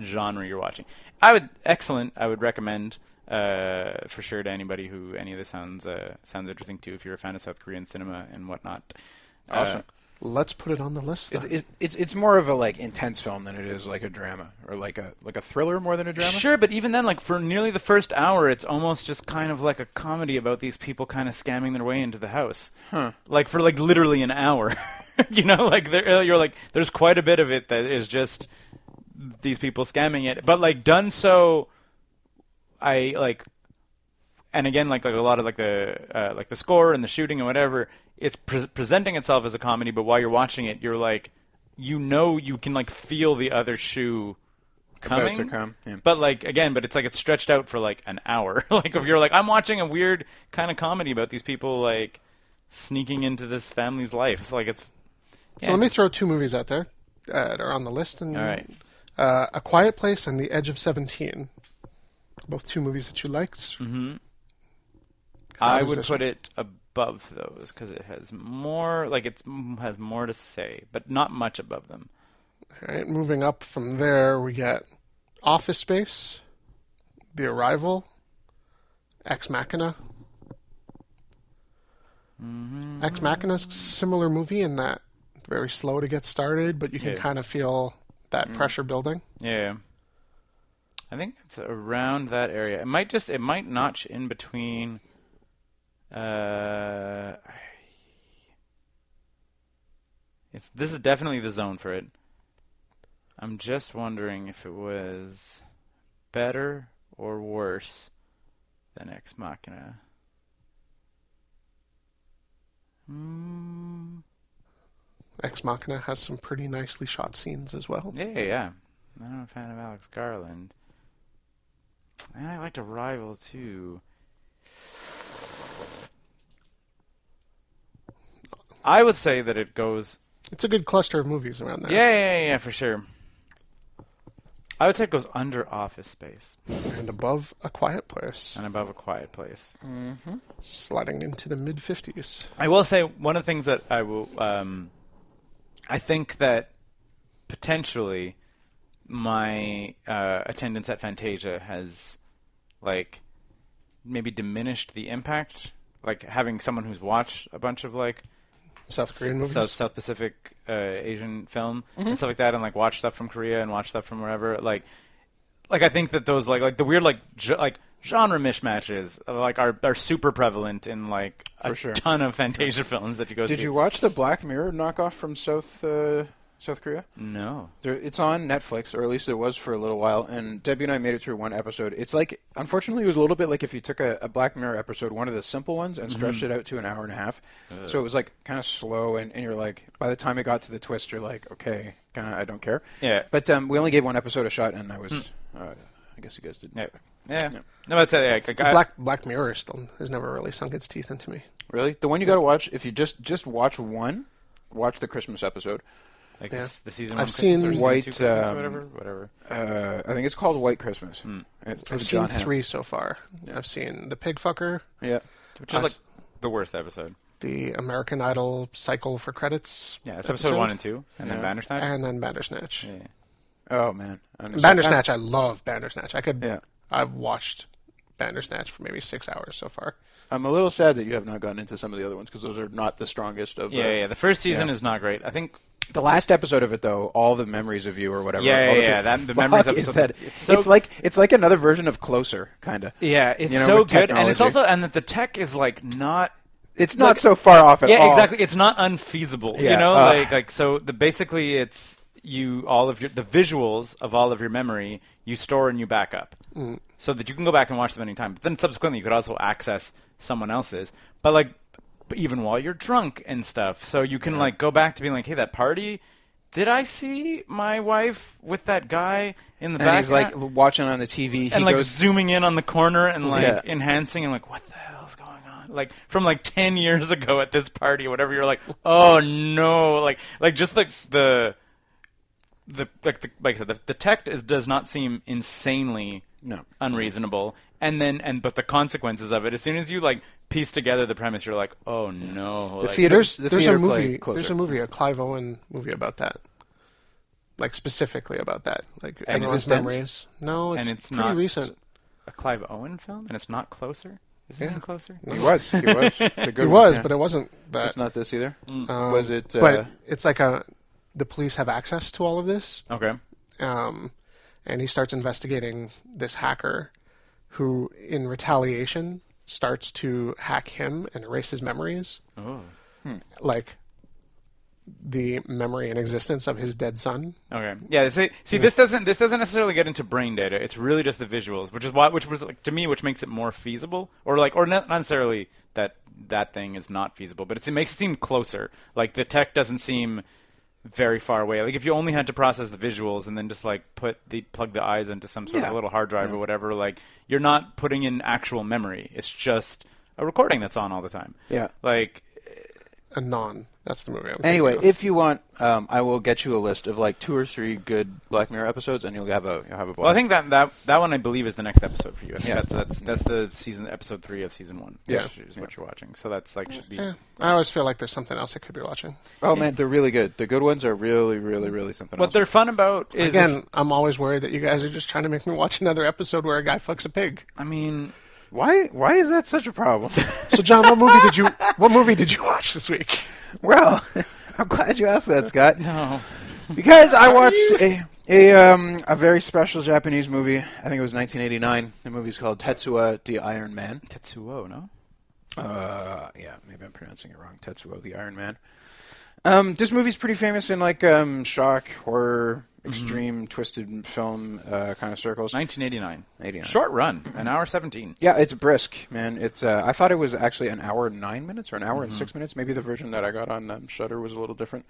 C: genre you're watching. I would excellent. I would recommend uh, for sure to anybody who any of this sounds uh, sounds interesting to. If you're a fan of South Korean cinema and whatnot,
D: Awesome.
B: Let's put it on the list.
D: It's,
B: then.
D: it's, it's it's more of a like intense film than it is like a drama or like a like a thriller more than a drama.
C: Sure, but even then, like for nearly the first hour, it's almost just kind of like a comedy about these people kind of scamming their way into the house. Huh. Like for like literally an hour, you know, like there, uh, you're like there's quite a bit of it that is just these people scamming it, but like done so, I like, and again, like like a lot of like the uh, like the score and the shooting and whatever, it's pre- presenting itself as a comedy, but while you're watching it, you're like, you know, you can like feel the other shoe. Coming,
D: to come, yeah.
C: but like again, but it's like it's stretched out for like an hour. like if you're like, I'm watching a weird kind of comedy about these people like sneaking into this family's life. It's like it's
B: So let me throw two movies out there uh, that are on the list. And,
C: all right.
B: Uh, a Quiet Place and The Edge of Seventeen. Both two movies that you liked.
C: Mm-hmm. I
B: does
C: would
B: this
C: put it above those because it has more, like it's m- has more to say, but not much above them.
B: All right, moving up from there, we get Office Space, The Arrival, Ex Machina.
C: Mm-hmm.
B: Ex Machina's a similar movie in that it's very slow to get started, but you can
C: Yeah. Mm.
B: kind of feel that pressure building.
C: Yeah. I think it's around that area. It might just, it might notch in between. Uh, it's this is definitely the zone for it. I'm just wondering if it was better or worse than Ex Machina. Mm,
B: Ex Machina has some pretty nicely shot scenes as well.
C: yeah, yeah, yeah. I'm a fan of Alex Garland. And I liked Arrival too. I would say that it goes.
B: It's a good cluster of movies around there.
C: Yeah, yeah, yeah, yeah, for sure. I would say it goes under Office Space
B: And above A Quiet Place,
C: and above A Quiet Place.
B: sliding into the mid 50s.
C: I will say one of the things that I will, um, I think that potentially my uh, attendance at Fantasia has like maybe diminished the impact. Like having someone who's watched a bunch of like
B: South Korean movies.
C: South, South Pacific uh, Asian film and stuff like that, and like watch stuff from Korea and watch stuff from wherever. Like, like I think that those like like the weird like ge- like genre mishmatches uh, like are are super prevalent in like a
D: For sure.
C: ton of Fantasia films that you go see.
D: Did you watch the Black Mirror knockoff from South uh, South Korea?
C: No.
D: There, it's on Netflix, or at least it was for a little while. And Debbie and I made it through one episode. It's like, unfortunately, it was a little bit like if you took a, a Black Mirror episode, one of the simple ones, and stretched
C: Mm-hmm.
D: it out to an hour and a half. So it was like kind of slow, and, and you're like, by the time it got to the twist, you're like, okay, kind of, I don't care.
C: Yeah. Hmm.
D: But um, we only gave one episode a shot, and I was, uh, I guess you guys didn't.
C: Yeah. Yeah. No, that's it. Yeah, like, I-
B: Black Black Mirror still has never really sunk its teeth into me.
D: Really, the one you got to watch if you just just watch one, watch the Christmas episode.
C: like
B: Yeah.
C: this- the season
B: I've
C: one Christmas
B: seen
C: or season
D: White,
C: two Christmas,
D: um,
C: whatever, whatever.
D: Uh, I think it's called White Christmas.
C: Hmm.
D: It's
B: I've
D: with
B: seen
D: John Hamm.
B: three so far. I've seen the Pig Fucker,
D: Yeah.
C: Which is
B: I
C: like
B: s-
C: the worst episode.
B: the American Idol cycle for credits.
C: Yeah, it's episode, one and two, and then Bandersnatch.
B: and then Bandersnatch.
C: yeah.
D: Oh man. And it's-
B: Bandersnatch, I love Bandersnatch. I could.
D: Yeah.
B: I've watched Bandersnatch for maybe six hours so far.
D: I'm a little sad that you have not gotten into some of the other ones because those are not the strongest of.
C: yeah,
D: uh,
C: yeah, yeah. The first season
D: yeah.
C: is not great. I think
D: The last episode of it, though, all the memories of you or whatever.
C: Yeah,
D: all
C: yeah,
D: the
C: yeah,
D: big
C: that- the
D: fuck
C: memories
D: is
C: episode,
D: that-
C: it's
D: It's,
C: so-
D: like it's like another version of Closer, kind of.
C: Yeah, it's
D: You know,
C: so
D: with
C: good, and it's
D: technology.
C: also and that the tech is like not.
D: It's not
C: Look-
D: so far off at
C: yeah,
D: all.
C: exactly. It's not unfeasible. You
D: Yeah,
C: know,
D: uh.
C: like like so. The basically, it's you all of your the visuals of all of your memory you store and you back up, so that you can go back and watch them anytime. But then subsequently, you could also access someone else's. But like, but even while you're drunk and stuff, so you can like go back to being like, hey, that party. Did I see my wife with that guy in the
D: And
C: back?
D: he's like watching on the TV.
C: and
D: he
C: like
D: goes,
C: zooming in on the corner and like
D: Yeah.
C: enhancing and like what the hell's going on like from like 10 years ago at this party or whatever you're like oh no like like just like the the like the like I said the, the tech is, does not seem insanely
D: No.
C: unreasonable and then and but the consequences of it as soon as you like piece together the premise you're like oh no
D: The
C: like,
D: theater-
B: There's
D: the
B: there's a
D: theater play
B: movie.
D: Closer.
B: There's a movie, a Clive Owen movie about that. Like specifically about that, like everyone's
D: Existence?
B: memories. No, it's,
C: it's
B: pretty
C: not-
B: recent.
C: a Clive Owen film and it's not closer is it
B: Yeah.
C: even closer
D: he was, he was, the good
B: It
D: one,
B: was,
D: yeah.
B: but it wasn't
C: uh,
B: that.
D: it's not this either.
C: mm.
B: um,
D: was it? Uh,
B: but it's like a. The police have access to all of this,
C: okay
B: um, and he starts investigating this hacker who, in retaliation, starts to hack him and erase his memories.
C: oh
B: Like the memory and existence of his dead son.
C: Okay. Yeah. See, see, this doesn't this doesn't necessarily get into brain data. It's really just the visuals, which is why, which was like, to me, which makes it more feasible, or like, or not not necessarily that that thing is not feasible, but it's, it makes it seem closer. Like the tech doesn't seem very far away. Like if you only had to process the visuals and then just like put the plug the eyes into some sort of
D: Yeah.
C: little hard drive or whatever, like you're not putting in actual memory. It's just a recording that's on all the time.
D: Yeah.
C: Like
B: Anon. That's the movie. I'm thinking
D: Anyway,
B: of.
D: if you want, um, I will get you a list of like two or three good Black Mirror episodes, and you'll have a you'll have a.
C: Well, I
D: blast.
C: think that, that that one I believe is the next episode for you. I think
D: Yeah.
C: that's that's that's the season episode three of season one.
B: Yeah.
C: which is what you're watching. So that's like should be.
B: Yeah. I always feel like there's something else I could be watching.
D: Oh man, they're really good. The good ones are really, really, really something.
C: What
D: else.
C: they're fun about is if-
B: Again, I'm always worried that you guys are just trying to make me watch another episode where a guy fucks a pig.
C: I mean,
D: Why? Why is that such a problem?
B: So, John, what movie did you what movie did you watch this week?
D: well, I'm glad you asked that, Scott,
C: no,
D: because I watched a a um a very special Japanese movie. I think it was 1989. The movie's called Tetsuo the Iron Man.
C: Tetsuo, no.
D: Uh, yeah, maybe I'm pronouncing it wrong. Tetsuo the Iron Man. Um, this movie's pretty famous in like um shock horror.
B: Mm-hmm.
D: Extreme twisted film uh, kind of circles.
C: 1989.
D: 89.
C: Short run, an hour 17.
D: Yeah, it's brisk, man. It's uh, I thought it was actually an hour and nine minutes or an hour and
C: Mm-hmm.
D: six minutes. Maybe the version that I got on um, Shutter was a little different.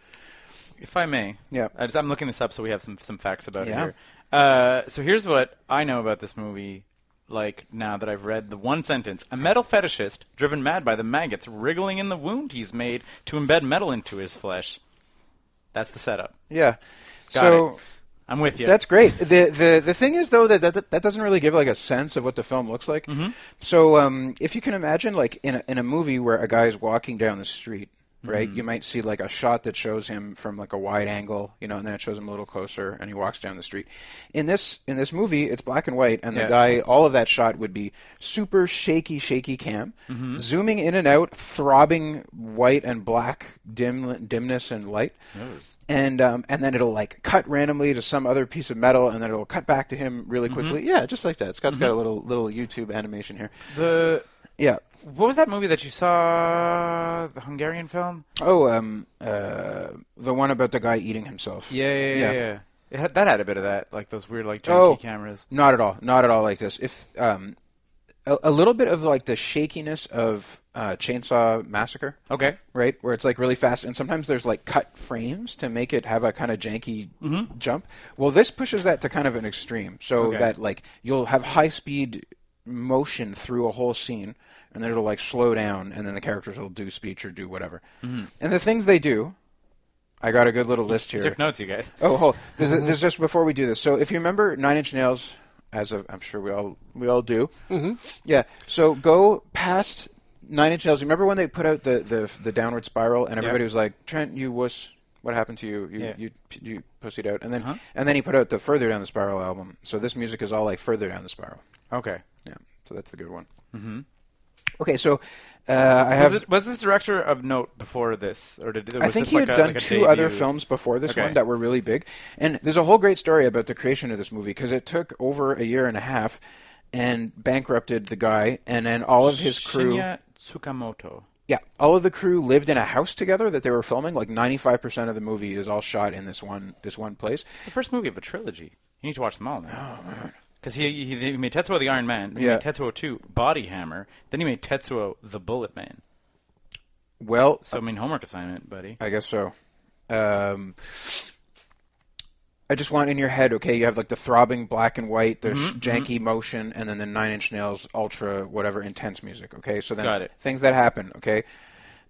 C: If I may,
D: Yeah.
C: I just, I'm looking this up so we have some some facts about
D: Yeah.
C: it here. Uh, so here's what I know about this movie. Like now that I've read the one sentence, a metal fetishist driven mad by the maggots wriggling in the wound he's made to embed metal into his flesh. That's the setup.
D: Yeah,
C: Got
D: so
C: it. I'm with you.
D: that's great. the the The thing is though that, that that doesn't really give like a sense of what the film looks like.
C: Mm-hmm.
D: So um, if you can imagine like in a, in a movie where a guy's walking down the street. Right,
C: Mm-hmm.
D: you might see like a shot that shows him from like a wide angle, you know, and then it shows him a little closer, and he walks down the street. In this in this movie, it's black and white, and the
C: Yeah.
D: guy I- all of that shot would be super shaky, shaky cam,
C: Mm-hmm.
D: zooming in and out, throbbing white and black dim, dimness and light,
C: Oh.
D: and um, and then it'll like cut randomly to some other piece of metal, and then it'll cut back
C: Mm-hmm.
D: to him really quickly. Yeah, just like that. Scott's got a little little YouTube animation here.
C: the
D: Yeah.
C: What was that movie that you saw? The Hungarian film?
D: Oh, um, uh, the one about the guy eating himself.
C: Yeah, yeah, yeah.
D: Yeah.
C: yeah. It had, that had a bit of that, like those weird, like janky
D: Oh.
C: cameras.
D: Not at all. Not at all like this. If um, a, a little bit of like the shakiness of uh, Chainsaw Massacre,
C: Okay.
D: right, where it's like really fast, and sometimes there's like cut frames to make it have a kind of janky jump. Well, this pushes that to kind of an extreme, so
C: Mm-hmm. Okay.
D: that like you'll have high speed motion through a whole scene, and then it'll like slow down, and then the characters will do speech or do whatever.
C: Mm-hmm.
D: And the things they do, I got a good little list here.
C: Took notes, you guys.
D: Oh, hold. This is, this is just before we do this. So, if you remember Nine Inch Nails, as of, I'm sure we all we all do. Mm-hmm. Yeah. So go past Nine Inch Nails. Remember when they put out the the, the downward spiral, and everybody was like, "Trent, you wuss, what happened to you? You
C: Yeah. Uh-huh.
D: you you pussied out." And then and then he put out the Further Down the Spiral album. So this music is all like Further Down the Spiral.
C: Okay.
D: Yeah. So that's the good one. Mm-hmm. Okay. So uh, I have.
C: Was, it, was this director of note before this, or did was
D: I think
C: this
D: he
C: like
D: had
C: a-
D: done
C: like a
D: two other
C: debut?
D: films before this
C: Okay.
D: one that were really big, and there's a whole great story about the creation of this movie because it took over a year and a half, and bankrupted the guy, and then all of his crew,
C: Shinya Tsukamoto.
D: yeah, all of the crew lived in a house together that they were filming. Like 95% of the movie is all shot in this one this one place.
C: It's the first movie of a trilogy. You need to watch them all now. Because he, he he made Tetsuo the Iron Man, then he
D: Oh, Yeah.
C: made Tetsuo Two Body Hammer, then he made Tetsuo the Bullet Man.
D: Well,
C: So I mean, homework assignment, buddy.
D: I guess so. Um, I just want in your head, okay? You have like the throbbing black and white, the
C: Mm-hmm,
D: sh- janky motion, and then the Nine Inch Nails ultra whatever intense music, okay? So then
C: Got it.
D: things that happen, okay?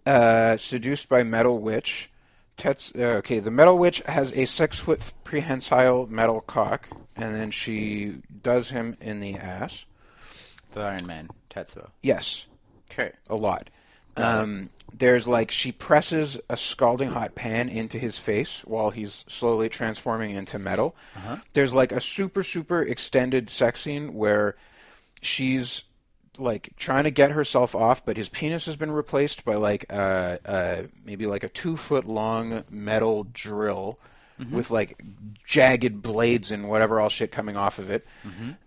D: Uh, seduced by Metal Witch. Tets, uh, okay, the Metal Witch has a six foot prehensile metal cock, and then she does him in the ass.
C: The Iron Man, Tetsuo.
D: Yes,
C: Okay.
D: a lot. Um, there's like she presses a scalding hot pan into his face while he's slowly transforming into metal. There's like a super super extended sex scene where she's like trying to get herself off, but his penis has been replaced by like uh, uh, maybe like a two foot long metal drill. Mm-hmm. With like jagged blades and whatever all shit coming off of it,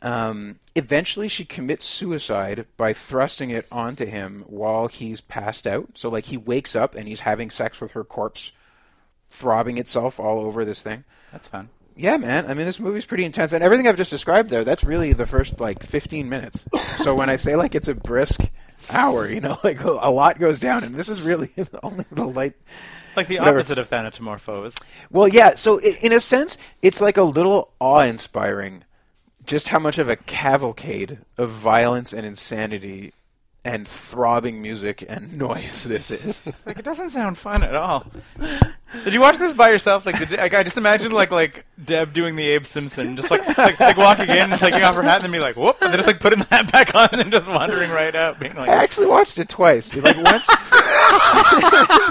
D: um, eventually, she commits suicide by thrusting it onto him while he's passed out. So, like, he wakes up and he's having sex with her corpse, throbbing itself all over this thing.
C: That's fun.
D: Yeah, man. I mean, this movie's pretty intense, and everything I've just described there—that's really the first like 15 minutes. so when I say like it's a brisk hour, you know, like a lot goes down, and this is really only the light.
C: Like the
D: Whatever.
C: opposite of Thanatomorphose.
D: Well, yeah. So i in a sense, it's like a little awe-inspiring, just how much of a cavalcade of violence and insanity and throbbing music and noise this is.
C: Like it doesn't sound fun at all. Did you watch this by yourself? Like, did, like I just imagine like like Deb doing the Abe Simpson, just like like, like walking in and taking off her hat and then be like, whoop, and then just like putting the hat back on and then just wandering right out, being
D: I
C: like,
D: actually watched it twice. Like once.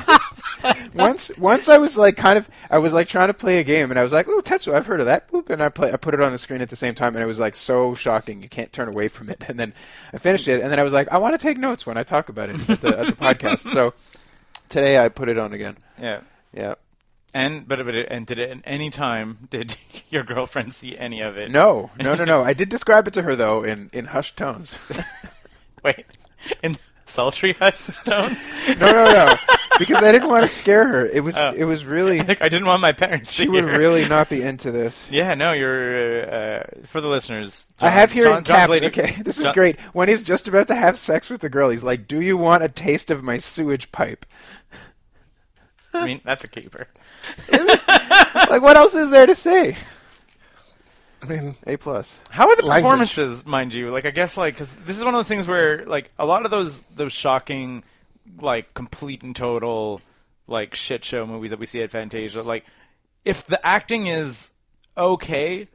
D: once, once I was like kind of, I was like trying to play a game, and I was like, "Oh, Tetsuo, I've heard of that." Boop, and I play, I put it on the screen at the same time, and it was like so shocking, you can't turn away from it. And then I finished it, and then I was like, "I want to take notes when I talk about it at the, at the podcast." So today I put it on again.
C: yeah.
D: Yeah.
C: And but but it, and did it at any time did your girlfriend see any of it?
D: No, no, no, no. I did describe it to her though in in hushed tones.
C: Wait, in sultry hush tones.
D: no, no, no, because I didn't want to scare her. It was, it was really.
C: like Oh. I didn't want my parents.
D: She
C: to
D: would
C: hear.
D: really not be into this.
C: Yeah, no, you're uh, uh, for the listeners.
D: I
C: John-
D: have here
C: John-
D: in
C: John's
D: caps.
C: lady-
D: okay, this is
C: John-
D: great. When he's just about to have sex with the girl, he's like, "Do you want a taste of my sewage pipe?"
C: I mean, that's a keeper.
D: like, what else is there to say?
B: I mean,
D: A plus.
C: How are the
B: Language.
C: performances, mind you? Like, I guess, like, because this is one of those things where, like, a lot of those those shocking, like, complete and total, like, shit show movies that we see at Fantasia, like, if the acting is okay,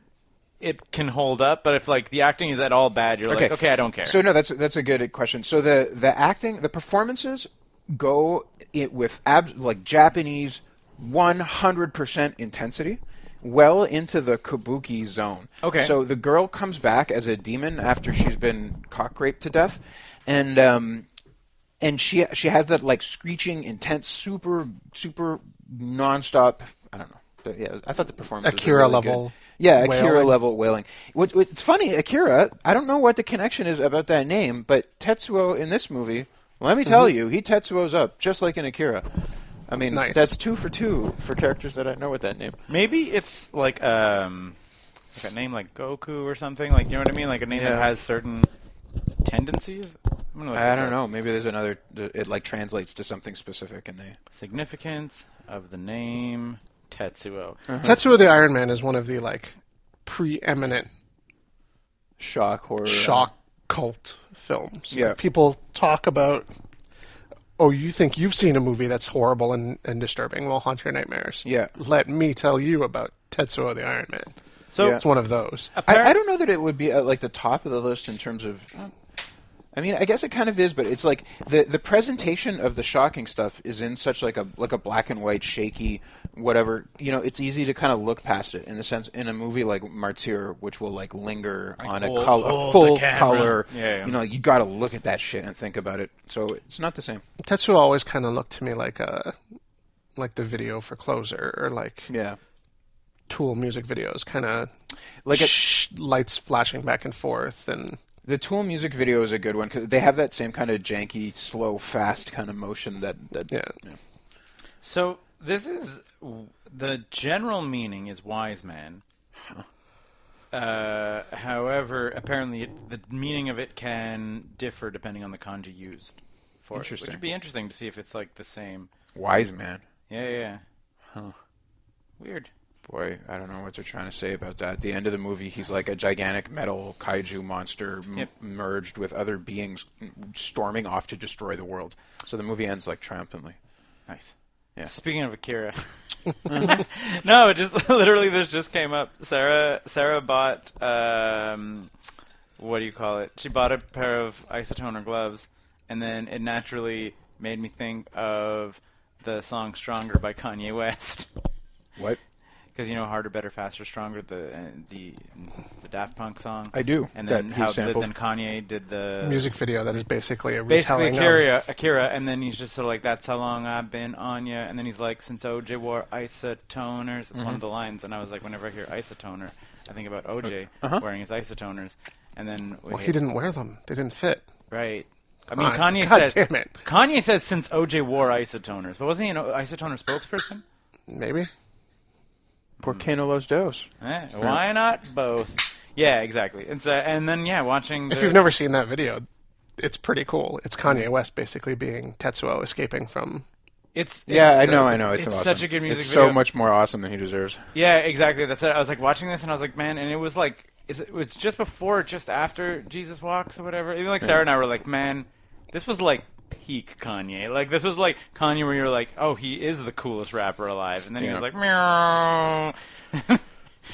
C: it can hold up. But if like the acting is at all bad, you're like, okay, I don't care.
D: So no, that's that's a good question. So the the acting, the performances go it with ab- like Japanese 100% intensity, well into the kabuki zone.
C: Okay.
D: So the girl comes back as a demon after she's been cock raped to death, and um, and she she has that like screeching, intense, super super nonstop. I don't know. But, yeah, I thought the performance
B: Akira level
D: Yeah, Akira
B: wailing.
D: level wailing. What, what- it's funny, Akira. I don't know what the connection is about that name, but Tetsuo in this movie Let me tell you, he Tetsuo's up just like in Akira. I mean,
B: Nice.
D: that's two for two for characters that I know with that name.
C: Maybe it's like um, like a name like Goku or something. Like you know what I mean? Like a name that
D: Yeah.
C: has certain tendencies. I'm gonna look
D: I
C: this
D: don't
C: up.
D: know. Maybe there's another. It like translates to something specific, and they.
C: Significance of the name Tetsuo.
D: Uh,
B: Tetsuo the Iron Man is one of the like preeminent
D: shock horror
B: shock cult films. Like,
D: Yeah.
B: people talk about. Oh, you think you've seen a movie that's horrible and, and disturbing? Will haunt your nightmares.
D: Yeah.
B: Let me tell you about Tetsuo the Iron Man.
C: So
D: Yeah.
B: It's one of those.
D: I, I
C: appar-
D: don't know that it would be at like the top of the list in terms of. I mean, I guess it kind of is, but it's like the the presentation of the shocking stuff is in such like a like a black and white, shaky, whatever. You know, it's easy to kind of look past it in the sense in a movie like Martyr, which will like linger on
C: hold-
D: a color,
C: hold the
D: full
C: camera.
D: color.
C: Yeah, yeah.
D: You know, you got to look at that shit and think about it. So it's not the same.
B: Tetsuo always kind of looked to me like a like the video for Closer or like
D: Yeah.
B: Tool music videos, kind of
D: Like
B: like
D: a-
B: sh- lights flashing back and forth and
D: The Tool music video is a good one because they have that same kind of janky, slow, fast kind of motion that, that
B: yeah.
C: so this is the general meaning is wise man. Uh, however, apparently it, the meaning of it can differ depending on the kanji used for it,
D: Interesting.
C: which would be interesting to see if it's like the same.
D: wise man.
C: Yeah, yeah. yeah. Weird.
D: Boy, I don't know what they're trying to say about that. At the end of the movie, he's like a gigantic metal kaiju monster m-
C: Yep.
D: merged with other beings mm, storming off to destroy the world. So the movie ends like triumphantly.
C: Nice.
D: Yeah.
C: Speaking of Akira, no, it just literally this just came up. Sarah Sarah bought um, what do you call it? She bought a pair of isotoner gloves, and then it naturally made me think of the song "Stronger" by Kanye West.
D: What?
C: Because you know, harder, better, faster, stronger, the uh, the the Daft Punk song.
D: I do,
C: And
D: that
C: then
D: he
C: how the,
D: sampled.
C: then Kanye did the
B: Music video that is basically a
C: basically
B: retelling
C: Akira,
B: of
C: Akira, and then he's just sort of like, "That's how long I've been on ya." And then he's like, "Since OJ wore isotoners," it's
B: Mm-hmm.
C: one of the lines. And I was like, whenever I hear isotoner, I think about OJ wearing his isotoners. And then
B: Uh,
C: we
B: uh-huh. well, he didn't wear them; they didn't fit.
C: right. I mean,
B: on,
C: Kanye
B: God
C: says.
B: damn it.
C: Kanye says since OJ wore isotoners, but wasn't he an o- isotoner spokesperson?
B: Maybe
D: Por que no los dos?
C: Eh, why not both? Yeah, exactly. And so, and then yeah, watching. The,
B: if you've never seen that video, it's pretty cool. It's Kanye West basically being Tetsuo escaping from.
C: it's,
D: Yeah, I
C: it's-
D: know, I know. It's,
C: it's
D: awesome.
C: such a good music
D: It's
C: video.
D: so much more awesome than he deserves.
C: Yeah, exactly. That's it. I was like watching this, and I was like, man, and it was like, is it, it was just before, or just after Jesus walks or whatever. Even like Sarah and I were like, man, this was like peak Kanye. Like this was like Kanye, where you're like, oh, he is the coolest rapper alive, and then he was
D: Yeah.
C: like, meow.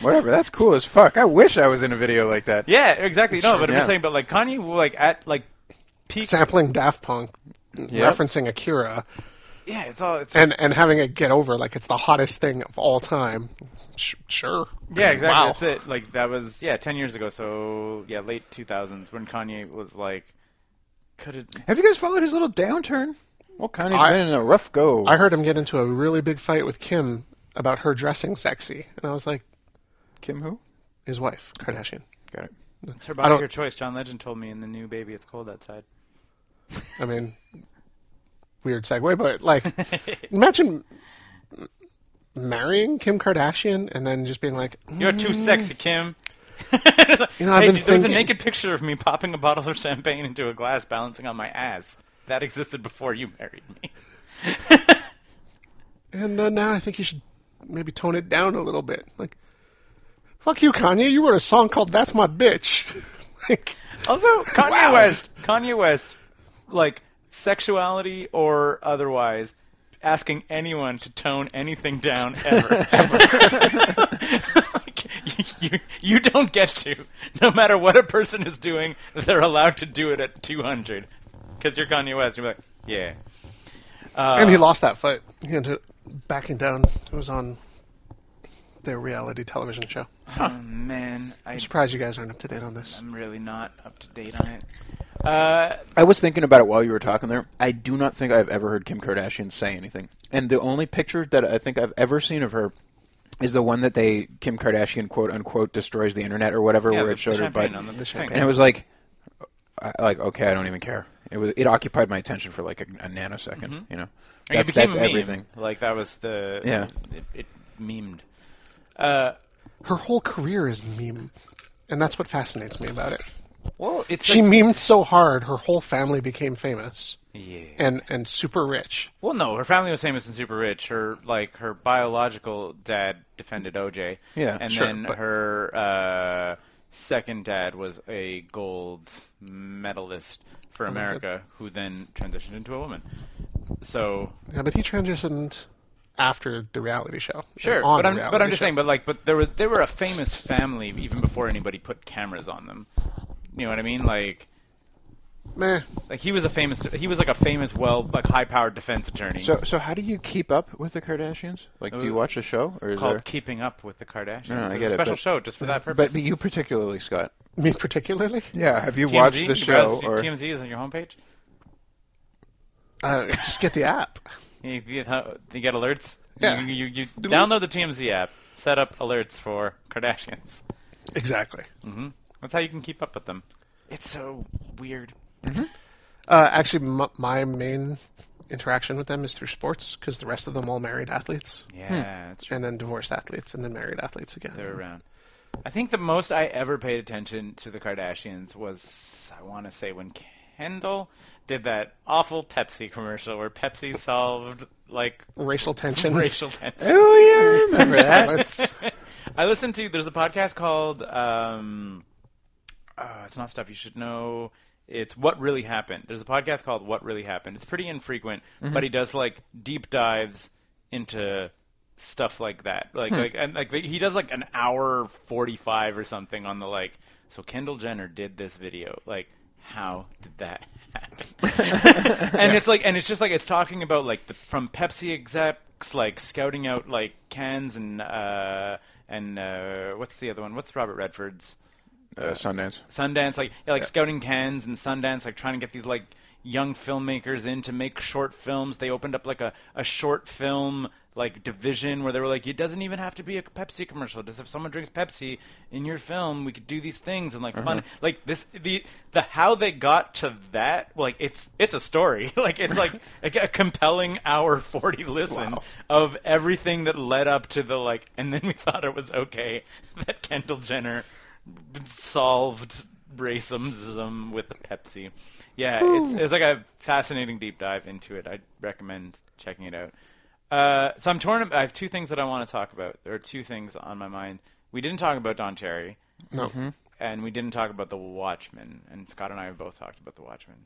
D: Whatever. That's cool as fuck. I wish I was in a video like that.
C: yeah, exactly. No, but I'm
D: Yeah.
C: just saying, but like Kanye, like at like peak.
B: sampling Daft Punk, referencing Akira,
C: Yeah, it's all it's.
B: and and having it get over like it's the hottest thing of all time. Sh- sure.
C: Yeah, exactly.
B: Wow.
C: That's it. Like that was yeah, ten years ago. So yeah, late two thousands when Kanye was like, could it
D: Have you guys followed his little downturn? Well, Kanye's
B: I-
D: been in a rough go.
B: I heard him get into a really big fight with Kim about her dressing sexy, and I was like,
D: Kim who?
B: his wife, Kardashian.
D: Got it.
C: It's
B: I
C: her body,
B: don't-
C: her choice. John Legend told me in the new Baby It's Cold Outside.
B: I mean, weird segue, but like, imagine m- marrying Kim Kardashian and then just being like,
C: You're too sexy, Kim.
B: Mm. you know, I've
C: hey,
B: been
C: dude, there was a
B: thinking-
C: naked picture of me popping a bottle of champagne into a glass, balancing on my ass. That existed before you married me.
B: and uh, now I think you should maybe tone it down a little bit. Like, fuck you, Kanye. You wrote a song called "That's My Bitch." like,
C: Also, Kanye
B: Wow.
C: West. Kanye West, like sexuality or otherwise, asking anyone to tone anything down ever. ever. like, you, you, you don't get to. No matter what a person is doing, they're allowed to do it at 200. Because you're Kanye West. You're like, yeah.
B: and he lost that fight. He ended up backing down. It was on their reality television show.
C: Oh, man. I,
B: Surprised you guys aren't up to date on this.
C: I'm really not up to date on it. Uh,
D: I was thinking about it while you were talking there. I do not think I've ever heard Kim Kardashian say anything. And the only picture that I think I've ever seen of her is the one that they Kim Kardashian quote unquote destroys the internet or whatever
C: yeah,
D: where
C: the-
D: it showed
C: the
D: her butt.
C: champagne on the,
B: The
C: thing.
B: champagne.
D: and it was like I, like okay, I don't even care. It was it occupied my attention for like a, a nanosecond. You know,
C: Like, Mm-hmm. it
D: that's
C: became
D: that's
C: a meme.
D: everything.
C: Like that was the
D: Yeah.
C: It, it memed. Uh,
B: Her whole career is meme, and that's what fascinates me about it.
C: well, it's
B: She
C: like,
B: memed so hard, her whole family became famous
C: yeah.
B: and and super rich.
C: Well, no, her family was famous and super rich. Her like her biological dad defended OJ.
D: Yeah,
C: and
B: sure,
C: then
B: but-
C: her uh, second dad was a gold medalist for America, who then transitioned into a woman. So
B: Yeah, but he transitioned after the reality show.
C: Sure,
B: and on
C: but
B: the
C: I'm but
B: reality
C: I'm just
B: show.
C: saying, but like, but there were they were a famous family even before anybody put cameras on them. You know what I mean? Like,
B: Meh.
C: like he was a famous he was like a famous, well, like high powered defense attorney
D: So so how do you keep up with the Kardashians? Like, do you watch the show or is
C: Uh, called
D: there?
C: "Keeping Up with the Kardashians."
D: No, I
C: It's
D: get
C: a
D: it,
C: special
D: but-
C: show just for that
D: But
C: purpose.
D: you particularly, Scott.
B: Me particularly?
D: Yeah, have you
C: TMZ,
D: watched
C: you
D: the show
C: browse-
D: or?
C: TMZ is on your homepage?
B: Uh, just get the app.
C: You, you get, you get alerts.
B: Yeah.
C: You, you, you download the TMZ app, set up alerts for Kardashians.
B: Exactly.
C: That's how you can keep up with them. It's so weird.
B: Uh, actually, m- my main interaction with them is through sports because the rest of them all married athletes
C: Yeah, it's true.
B: and then divorced athletes and then married athletes again.
C: they're around. I think the most I ever paid attention to the Kardashians was I want to say when Kendall did that awful Pepsi commercial where Pepsi solved like
B: Racial tensions.
C: racial tension.
D: Oh yeah, I remember that.
B: Let's-
C: I listened to there's a podcast called um, uh, it's not stuff you should know. It's what really happened. There's a podcast called What Really Happened. It's pretty infrequent, but he does like deep dives into stuff like that. Like like and like he does like an hour 45 or something on the like so Kendall Jenner did this video. Like how did that happen? and it's like and it's just like it's talking about like the, from Pepsi execs like scouting out like cans and uh and uh what's the other one? What's Robert Redford's?
D: Uh, Sundance.
C: Sundance, like yeah, like scouting cans and Sundance, like trying to get these like young filmmakers in to make short films. They opened up like a, a short film like division where they were like, it doesn't even have to be a Pepsi commercial. Just if someone drinks Pepsi in your film, we could do these things and like fun. Like this, the the how they got to that, like it's it's a story. like it's like a, a compelling hour forty listen of everything that led up to the like. And then we thought it was okay that Kendall Jenner solved racism with Pepsi. Yeah, it's it's like a fascinating deep dive into it. I recommend checking it out. Uh, so I'm torn. I have two things that I want to talk about. There are two things on my mind. We didn't talk about Don Cherry,
B: no.
C: and we didn't talk about The Watchmen. And Scott and I have both talked about The Watchmen.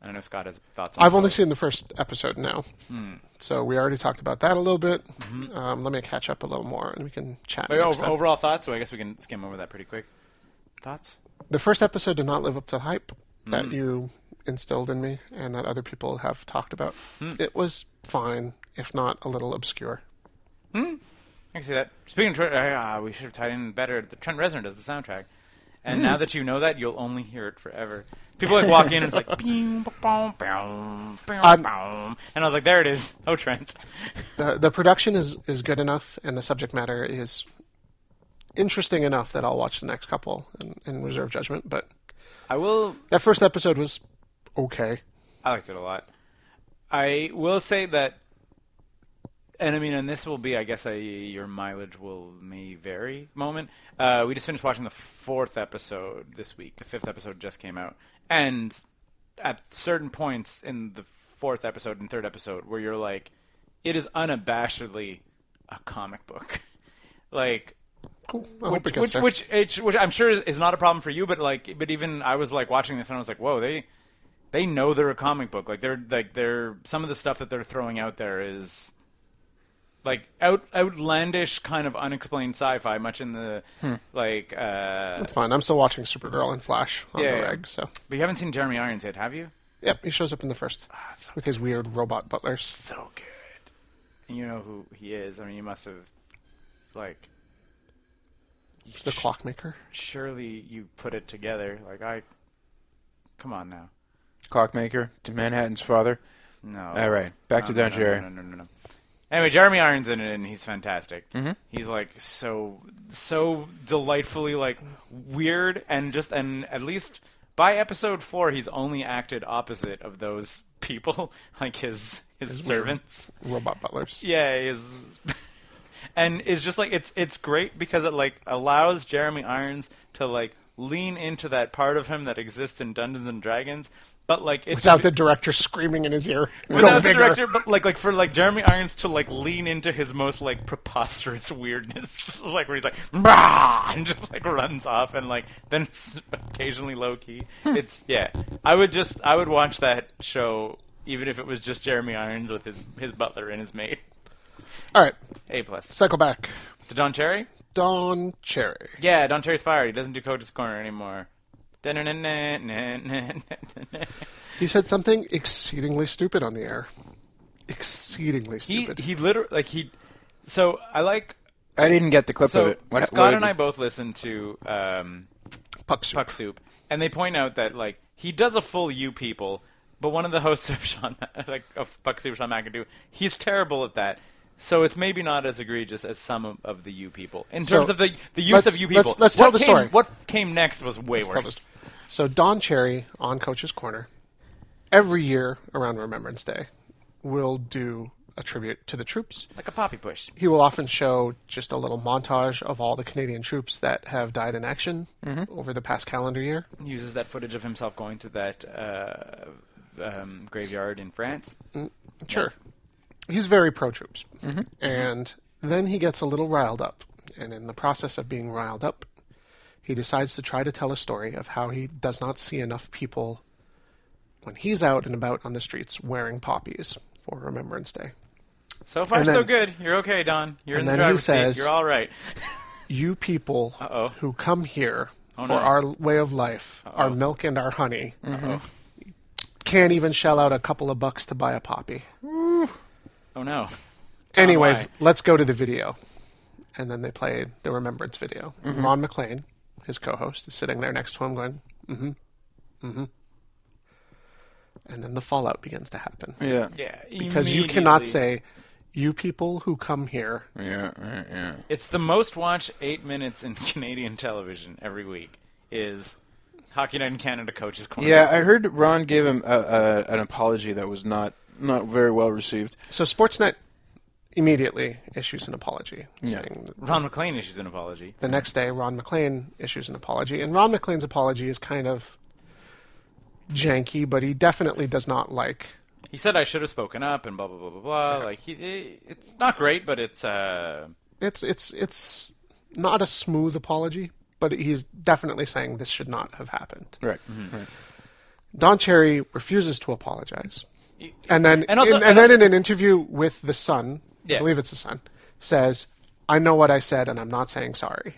C: And I know Scott has thoughts. on
B: I've only
C: both.
B: seen the first episode now.
C: Hmm.
B: So we already talked about that a little bit.
C: Mm-hmm.
B: Um, let me catch up a little more and we can chat.
C: But
B: next
C: ov-
B: time.
C: overall thoughts. So I guess we can skim over that pretty quick. Thoughts?
B: the first episode did not live up to the hype
C: Mm-hmm.
B: that you instilled in me and that other people have talked about.
C: Hmm.
B: It was fine, if not a little obscure.
C: I can see that. Speaking of Trent, uh, we should have tied in better. The Trent Reznor does the soundtrack, and now that you know that, you'll only hear it forever. People like walk in and it's like, bing, ba, bom, bom, bom,
B: I'm-
C: bom. and I was like, there it is. Oh, Trent.
B: The the production is, is good enough and the subject matter is interesting enough that I'll watch the next couple and, and reserve judgment, but
C: I will.
B: that first episode was okay.
C: I liked it a lot. I will say that, and I mean, and this will be, I guess, a your mileage will may vary moment. Uh, we just finished watching the fourth episode this week. The fifth episode just came out, and at certain points in the fourth episode and third episode, where you're like, it is unabashedly a comic book, like
B: Cool. I hope it
C: which
B: gets
C: which,
B: there.
C: which which which I'm sure is- is not a problem for you, but like, but even I was like watching this and I was like, whoa, they they know they're a comic book. Like they're like they're some of the stuff that they're throwing out there is like out outlandish kind of unexplained sci-fi, much in the like. uh
B: That's fine. I'm still watching Supergirl and Flash on
C: Yeah,
B: the
C: yeah.
B: reg, so
C: But you haven't seen Jeremy Irons yet, have you?
B: Yep, he shows up in the first
C: Ah,
B: with his weird robot butlers.
C: So good. And you know who he is. I mean, you must have like
B: The clockmaker.
C: surely you put it together. Like I, come on now.
D: Clockmaker to Manhattan's father.
C: No.
D: All right, back to
C: No,
D: Don
C: no,
D: Cherry.
C: No, no, no, no, no. Anyway, Jeremy Irons in it, and he's fantastic.
D: Mm-hmm.
C: He's like so, so delightfully like weird and just and at least by episode four, he's only acted opposite of those people, like his his, servants.
B: Robot butlers.
C: Yeah, is and it's just like it's it's great because it like allows Jeremy Irons to like lean into that part of him that exists in Dungeons and Dragons, but like it's
B: Without the director screaming in his ear.
C: without
B: Go
C: the
B: bigger.
C: director, but like like for like Jeremy Irons to like lean into his most like preposterous weirdness, like where he's like "Brah!" and just like runs off and like then s- occasionally low key.
B: Hmm.
C: It's yeah. I would just I would watch that show even if it was just Jeremy Irons with his his butler and his maid.
B: All right,
C: A plus.
B: cycle back.
C: To Don Cherry.
B: Don Cherry.
C: Yeah, Don Cherry's fired. He doesn't do Coach's Corner anymore. he
B: He said something exceedingly stupid on the air. Exceedingly stupid.
C: he literally like he. So I like
D: I didn't get the clip
C: so
D: of it. What-
C: Scott
D: what-
C: and I both listen to um,
B: Puck soup.
C: Puck Soup, and they point out that like he does a full "you people," but one of the hosts of Sean like of Puck Soup, Sean McAdoo, he's terrible at that. So it's maybe not as egregious as some of, of the "you people" in terms
B: So,
C: of the the use
B: let's-
C: of "you people."
B: let's- let's
C: What
B: tell the
C: came-
B: story.
C: What came next was way
B: Let's tell
C: worse.
B: this. So Don Cherry on Coach's Corner, every year around Remembrance Day, will do a tribute to the troops.
C: Like a poppy push.
B: He will often show just a little montage of all the Canadian troops that have died in action over the past calendar year.
C: uses that footage of himself going to that uh, um, graveyard in France.
B: Sure. He's very pro troops. And then he gets a little riled up. And in the process of being riled up, he decides to try to tell a story of how he does not see enough people when he's out and about on the streets wearing poppies for Remembrance Day.
C: So far,
B: And then-
C: so good. You're okay, Don. You're in
B: and
C: the
B: then he
C: driver's
B: says-
C: seat. You're all right.
B: You people
C: Uh-oh. Oh,
B: who come here for
C: no.
B: our way of life, our milk and our honey, can't even shell out a couple of bucks to buy a poppy.
C: Oh no.
B: Anyways,
C: why?
B: let's go to the video. And then they play the remembrance video.
C: Mm-hmm.
B: Ron McLean, his co host, is sitting there next to him going, mm hmm, mm hmm. And then the fallout begins to happen.
D: Yeah.
C: Yeah.
B: Because you cannot
C: immediately.
B: say, you people who come here.
D: Yeah. Yeah. yeah.
C: It's the most watched eight minutes in Canadian television every week is Hockey Night in Canada coaches corner.
D: Yeah, I heard Ron gave him a, a, an apology that was not not very well received.
B: So Sportsnet immediately issues an apology.
D: Yeah.
B: Saying
C: Ron McLean issues an apology.
B: the next day, Ron McLean issues an apology. And Ron McLean's apology is kind of janky, but he definitely does not like
C: He said I should have spoken up and blah blah blah blah blah. Like he, he- it's not great, but it's uh,
B: it's it's it's not a smooth apology, but he's definitely saying this should not have happened.
D: Right. Right.
B: Don Cherry refuses to apologize,
C: y-
B: and then
C: And also-
B: in, and then in an interview with the Sun,
C: Yeah.
B: I believe it's the Sun, says, "I know what I said, and I'm not saying sorry."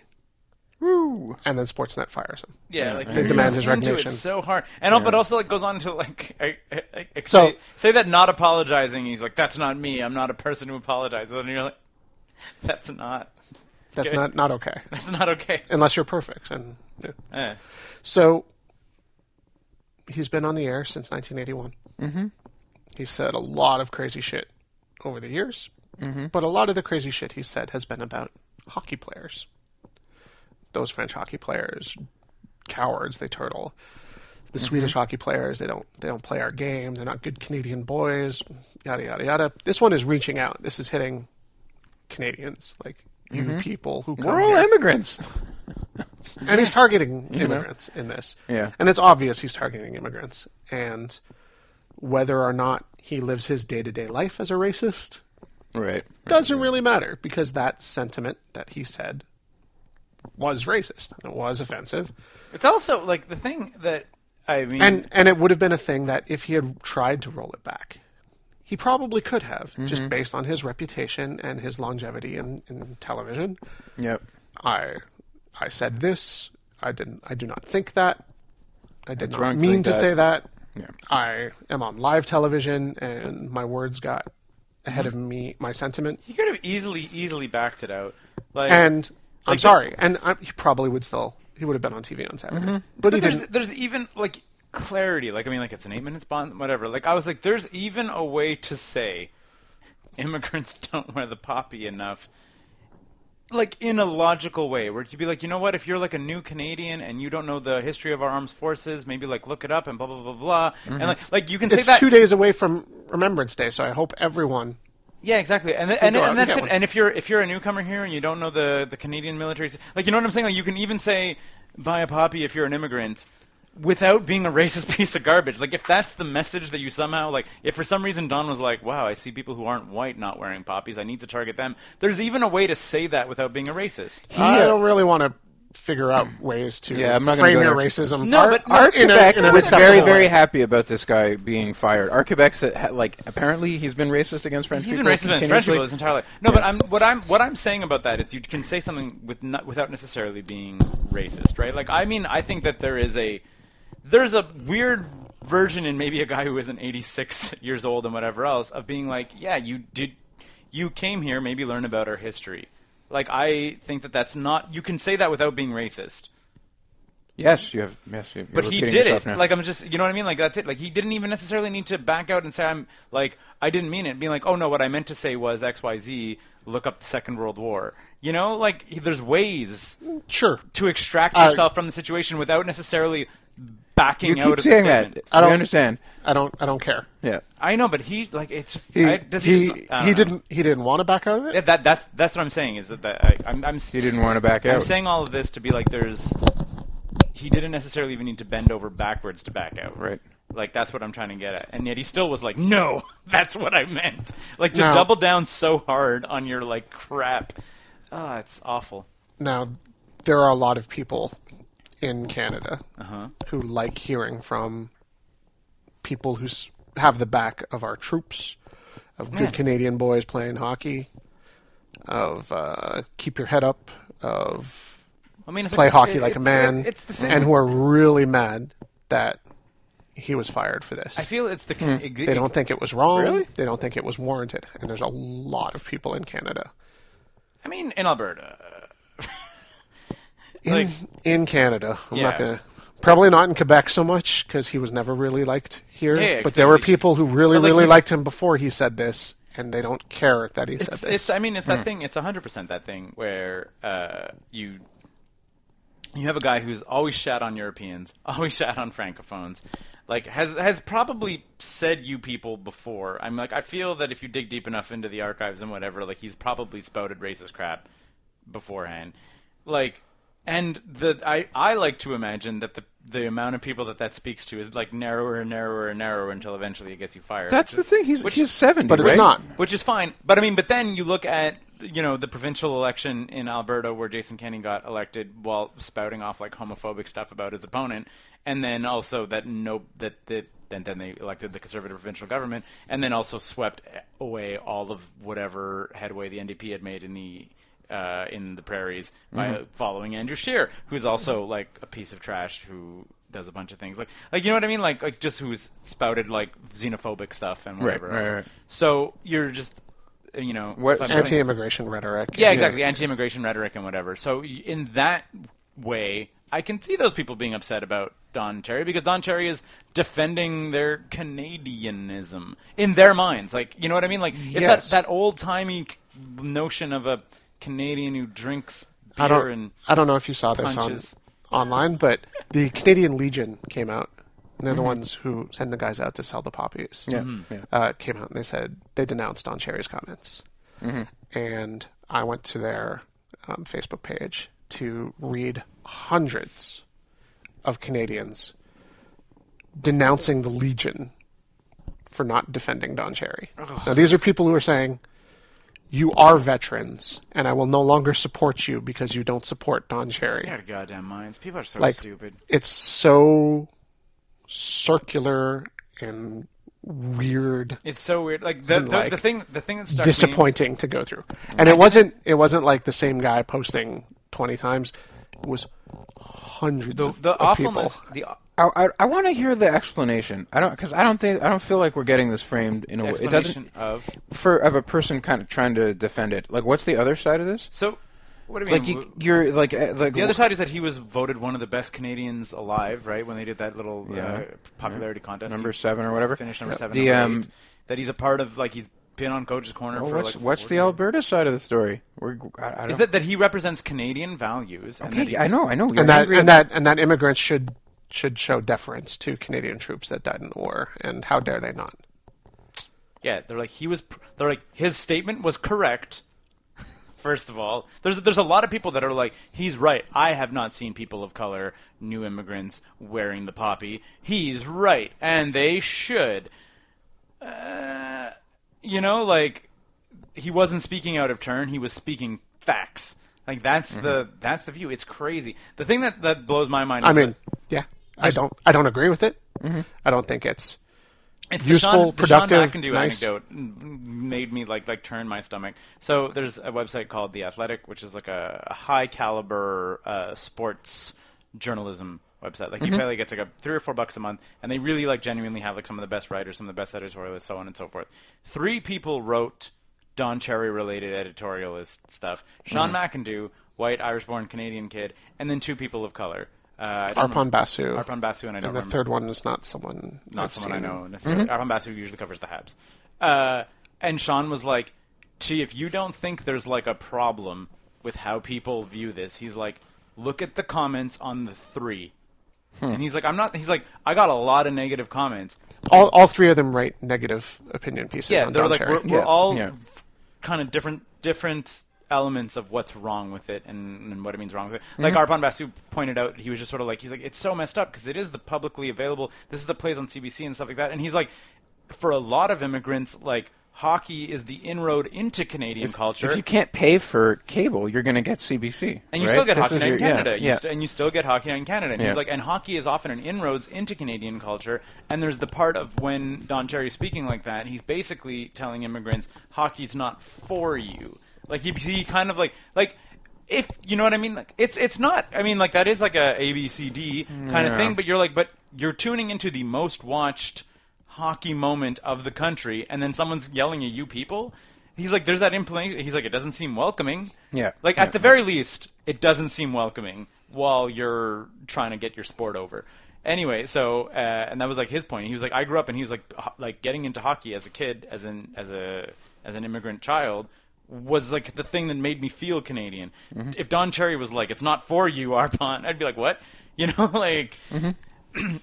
B: Woo! And then Sportsnet fires him.
C: Yeah, like
B: They demand
C: goes
B: his
C: into
B: recognition.
C: It so hard, and al- but also like goes on to like I, I, I,
B: So-
C: say, say that not apologizing. He's like, that's not me. I'm not a person who apologizes. And you're like, that's not
B: That's
C: Okay.
B: not not okay
C: that's not okay.
B: unless you're perfect. And yeah.
C: Eh.
B: so he's been on the air since 1981. Mm-hmm. He said a lot of crazy shit over the years,
D: Mm-hmm.
B: but a lot of the crazy shit he said has been about hockey players. Those French hockey players, cowards, they turtle. The
D: Mm-hmm.
B: Swedish hockey players, they don't they don't play our game. They're not good Canadian boys. Yada yada yada. This one is reaching out. This is hitting Canadians like you people who come
D: Mm-hmm. We're all
B: here
D: immigrants.
B: and he's targeting immigrants in this.
D: Yeah.
B: and it's obvious he's targeting immigrants. And whether or not he lives his day to day life as a racist
D: Right.
B: doesn't really matter because that sentiment that he said was racist and it was offensive.
C: It's also like the thing that I mean.
B: And and it would have been a thing that if he had tried to roll it back, he probably could have just based on his reputation and his longevity in, in television.
D: Yep.
B: I I said this. I didn't. I do not think that. I did not
D: wrong to
B: mean
D: think
B: to
D: that.
B: say that.
D: Yeah.
B: I am on live television, and my words got ahead of me, my sentiment.
C: he could have easily easily backed it out. Like
B: And I'm
C: Like the-
B: sorry. And I, he probably would still. He would have been on TV on Saturday,
D: Mm-hmm.
B: but, he
C: But there's
B: didn't.
C: there's even like clarity. Like I mean, like it's an eight minute bond, whatever. Like I was like, there's even a way to say immigrants don't wear the poppy enough like in a logical way where it could be like you know what if you're like a new canadian and you don't know the history of our armed forces maybe like look it up and blah blah blah blah and like, like you can
B: Mm-hmm. It's
C: say that
B: two days away from Remembrance Day, so I hope everyone.
C: yeah exactly and th- and,
B: go out and
C: and that's
B: get
C: it
B: one.
C: and if you're if you're a newcomer here and you don't know the the canadian military like you know what i'm saying like you can even say buy a poppy if you're an immigrant without being a racist piece of garbage like if that's the message that you somehow like if for some reason don was like wow i see people who aren't white not wearing poppies i need to target them there's even a way to say that without being a racist
B: I don't really want to figure out ways to
D: Yeah, I'm not gonna
B: frame
D: go
B: your
D: there.
B: racism.
C: No,
B: art,
C: but- no,
B: art in a,
D: Quebec
B: in a
D: was very,
B: acceptable way.
D: very happy about this guy being fired. Our Quebec's uh, ha- like apparently he's been racist against French
C: He's been
D: people.
C: racist against French
D: continuously.
C: people his entire life. No, but I'm what I'm what I'm saying about that is you can say something with not, without necessarily being racist, right? Like I mean, I think that there is a there's a weird version in maybe a guy who isn't 86 years old and whatever else of being like, yeah, you did you came here, maybe learn about our history. Like I think that that's not you can say that without being racist.
D: Yes, you have. Yes, you,
C: But he did it. Like I'm just, you know what I mean? Like that's it. Like he didn't even necessarily need to back out and say I'm like I didn't mean it. Being like, oh no, what I meant to say was X Y Z. Look up the Second World War. You know, like he- there's ways
B: Sure.
C: to extract
B: Uh,
C: yourself from the situation without necessarily backing
D: you
C: out.
D: keep
C: of
D: saying
C: the
D: that.
C: statement.
B: I
D: I
B: don't-
D: don't understand.
B: I don't. I don't care.
D: Yeah.
C: I know, but he like it's just,
B: He
C: I, does he,
B: he,
C: just not- I don't
B: he
C: know.
B: didn't he didn't want to back out of it.
C: Yeah, that that's that's what I'm saying is that, that I, I'm, I'm
D: He didn't want to back out.
C: I'm saying all of this to be like there's he didn't necessarily even need to bend over backwards to back out.
D: Right.
C: Like that's what I'm trying to get at. And yet he still was like, "No, that's what I meant." Like to
B: No.
C: double down so hard on your like crap. Ah, it's awful.
B: Now, there are a lot of people in Canada
C: Uh-huh.
B: who like hearing from people who s- have the back of our troops, of good
C: Yeah.
B: Canadian boys playing hockey, of uh, keep your head up, of
C: I mean, it's
B: play
C: like,
B: hockey
C: it-
B: like a
C: it's-
B: man,
C: it- it's the same.
B: and who are really mad that he was fired for this.
C: I feel it's the con- ex-
B: Hmm. They don't think it was wrong.
D: Really?
B: They don't think it was warranted. And there's a lot of people in Canada.
C: I mean, in Alberta.
B: In,
C: Like-
B: in Canada, I'm not
C: Yeah.
B: gonna. Probably not in Quebec so much because he was never really liked here.
C: Yeah,
B: but there were
C: 'cause he's-
B: people who really,
C: but, like,
B: really
C: he's-
B: liked him before he said this, and they don't care that he said
C: it's,
B: this.
C: it's I mean it's that thing it's 100% that thing where uh, you you have a guy who's always shat on Europeans always shat on francophones like has has probably said you people before I'm like I feel that if you dig deep enough into the archives and whatever like he's probably spouted racist crap beforehand like and the I, I like to imagine that the the amount of people that that speaks to is like narrower and narrower and narrower until eventually it gets you fired
D: That's
C: which
D: the
C: is-
D: thing. He's
C: which
D: he's seventy,
B: but it's
D: right?
B: not.
C: which is fine. But I mean, but then you look at you know the provincial election in Alberta where Jason Kenney got elected while spouting off like homophobic stuff about his opponent, and then also that no that that then then they elected the conservative provincial government, and then also swept away all of whatever headway the NDP had made in the. Uh, in the prairies by
D: Mm-hmm.
C: following Andrew Scheer, who's also like a piece of trash who does a bunch of things like like you know what I mean like like just who's spouted like xenophobic stuff and whatever
D: right,
C: else.
D: right.
C: So you're just, uh, you know,
D: What-
C: if I'm saying-
B: Anti-immigration rhetoric.
C: yeah, exactly, anti-immigration rhetoric and whatever. So y- in that way, I can see those people being upset about Don Cherry because Don Cherry is defending their Canadianism in their minds. Like, you know what I mean? Like, it's
B: Yes.
C: that that old timey notion of a Canadian who drinks beer
B: I
C: and
B: don't. I don't know if you saw this on,
C: punches.
B: online, but the Canadian Legion came out. And
C: Mm-hmm.
B: they're the ones who send the guys out to sell the poppies.
D: Yeah, Mhm. yeah.
B: Uh, came out and they said they denounced Don Cherry's comments. And I went to their um, Facebook page to read hundreds of Canadians denouncing the Legion for not defending Don Cherry. Now, these are people who are saying, you are veterans, and I will no longer support you because you don't support Don Cherry.
C: their goddamn minds. People are so
B: like,
C: stupid.
B: it's so circular and weird,
C: It's so weird. Like the the,
B: like,
C: the thing the thing that stuck me.
B: disappointing to go through. And it wasn't. It wasn't like the same guy posting twenty times. It was hundreds
C: The,
B: of,
C: the
B: of people.
C: awfulness, the
D: I, I, I want to hear the explanation. I don't because I don't think I don't feel like we're getting this framed in a way. It
C: explanation
D: doesn't
C: of
D: for of a person kind of trying to defend it. Like, what's the other side of this?
C: so. What do you mean?
D: Like you, you're like uh, like
C: The other side is that he was voted one of the best Canadians alive, right? When they did that little uh,
D: Yeah.
C: popularity contest,
D: number
C: He
D: seven or whatever.
C: finished number seven.
D: The,
C: number
D: um,
C: eight. that he's a part of, like he's been on Coach's Corner
D: Well,
C: for
D: what's
C: like.
D: what's
C: 40
D: the Alberta side of the story? We're, I, I don't,
C: Is that that he represents Canadian values? And that
D: okay?
C: he,
D: I know, I know. You're
B: and that
D: angry
B: and
D: at-
B: that and that immigrants should should show deference to Canadian troops that died in the war, and how dare they not?
C: Yeah, they're like he was. pr- They're like his statement was correct. First of all, there's there's a lot of people that are like he's right. I have not seen people of color, new immigrants wearing the poppy. He's right, and they should. Uh, you know, like he wasn't speaking out of turn. He was speaking facts. Like that's
B: Mm-hmm.
C: the that's the view. It's crazy. The thing that that blows my mind. Is
B: I mean,
C: that-
B: yeah, I don't I don't agree with it.
C: Mm-hmm.
B: I don't think it's
C: It's
B: Useful,
C: the Sean,
B: productive,
C: the Sean McIndoe
B: nice.
C: anecdote m- made me like like turn my stomach. So there's a website called The Athletic, which is like a, a high caliber uh, sports journalism website.
B: Mm-hmm.
C: Like you pay like it's like a three or four bucks a month, and they really like genuinely have like some of the best writers, some of the best editorialists, so on and so forth. Three people wrote Don Cherry related editorialist stuff. Sean
B: Mm-hmm.
C: McIndoe, white Irish born Canadian kid, and then two people of color. Uh, I don't
B: Arpan
C: remember-
B: Basu.
C: Arpan Basu, and I don't
B: and the
C: remember
B: third one is not someone
C: not
B: I've
C: someone I
B: seen. Mm-hmm.
C: know necessarily. Arpan Basu usually covers the Habs. Uh, and Sean was like, "Gee, if you don't think there's like a problem with how people view this, he's like, look at the comments on the three.
B: Hmm.
C: And he's like, "I'm not." He's like, "I got a lot of negative comments."
B: All all three of them write negative opinion pieces.
C: Yeah,
B: on
C: they're
B: Don
C: like,
B: Cherry.
C: "We're, we're
B: Yeah.
C: all
D: Yeah.
C: kind of different, different." Elements of what's wrong with it and, and what it means wrong with it. Like
D: Mm-hmm.
C: Arpan Basu pointed out, he was just sort of like, he's like, it's so messed up because it is the publicly available. This is the plays on CBC and stuff like that. And he's like, for a lot of immigrants, like hockey is the inroad into Canadian culture.
D: If you can't pay for cable, you're going to get CBC,
C: and you
D: right?
C: still get
D: This
C: hockey
D: is
C: night in
D: your- yeah,
C: Canada, you
D: yeah.
C: st- and you still get hockey night in Canada. And
D: Yeah.
C: he's like, and hockey is often an inroads into Canadian culture. And there's the part of when Don Cherry's speaking like that, he's basically telling immigrants, hockey's not for you. Like he, he kind of like like. If you know what I mean, like it's it's not. I mean, like that is like a A B C D kind of
D: Yeah.
C: thing. But you're like, but you're tuning into the most watched hockey moment of the country, and then someone's yelling at you people. He's like, there's that implication. He's like, it doesn't seem welcoming.
D: Yeah.
C: Like
D: Yeah.
C: at the very least, it doesn't seem welcoming while you're trying to get your sport over. Anyway, so uh, and that was like his point. He was like, I grew up and he was like, ho- like getting into hockey as a kid, as an as a as an immigrant child was like the thing that made me feel Canadian. If Don Cherry was like, it's not for you, Arpon, I'd be like, what? You know, like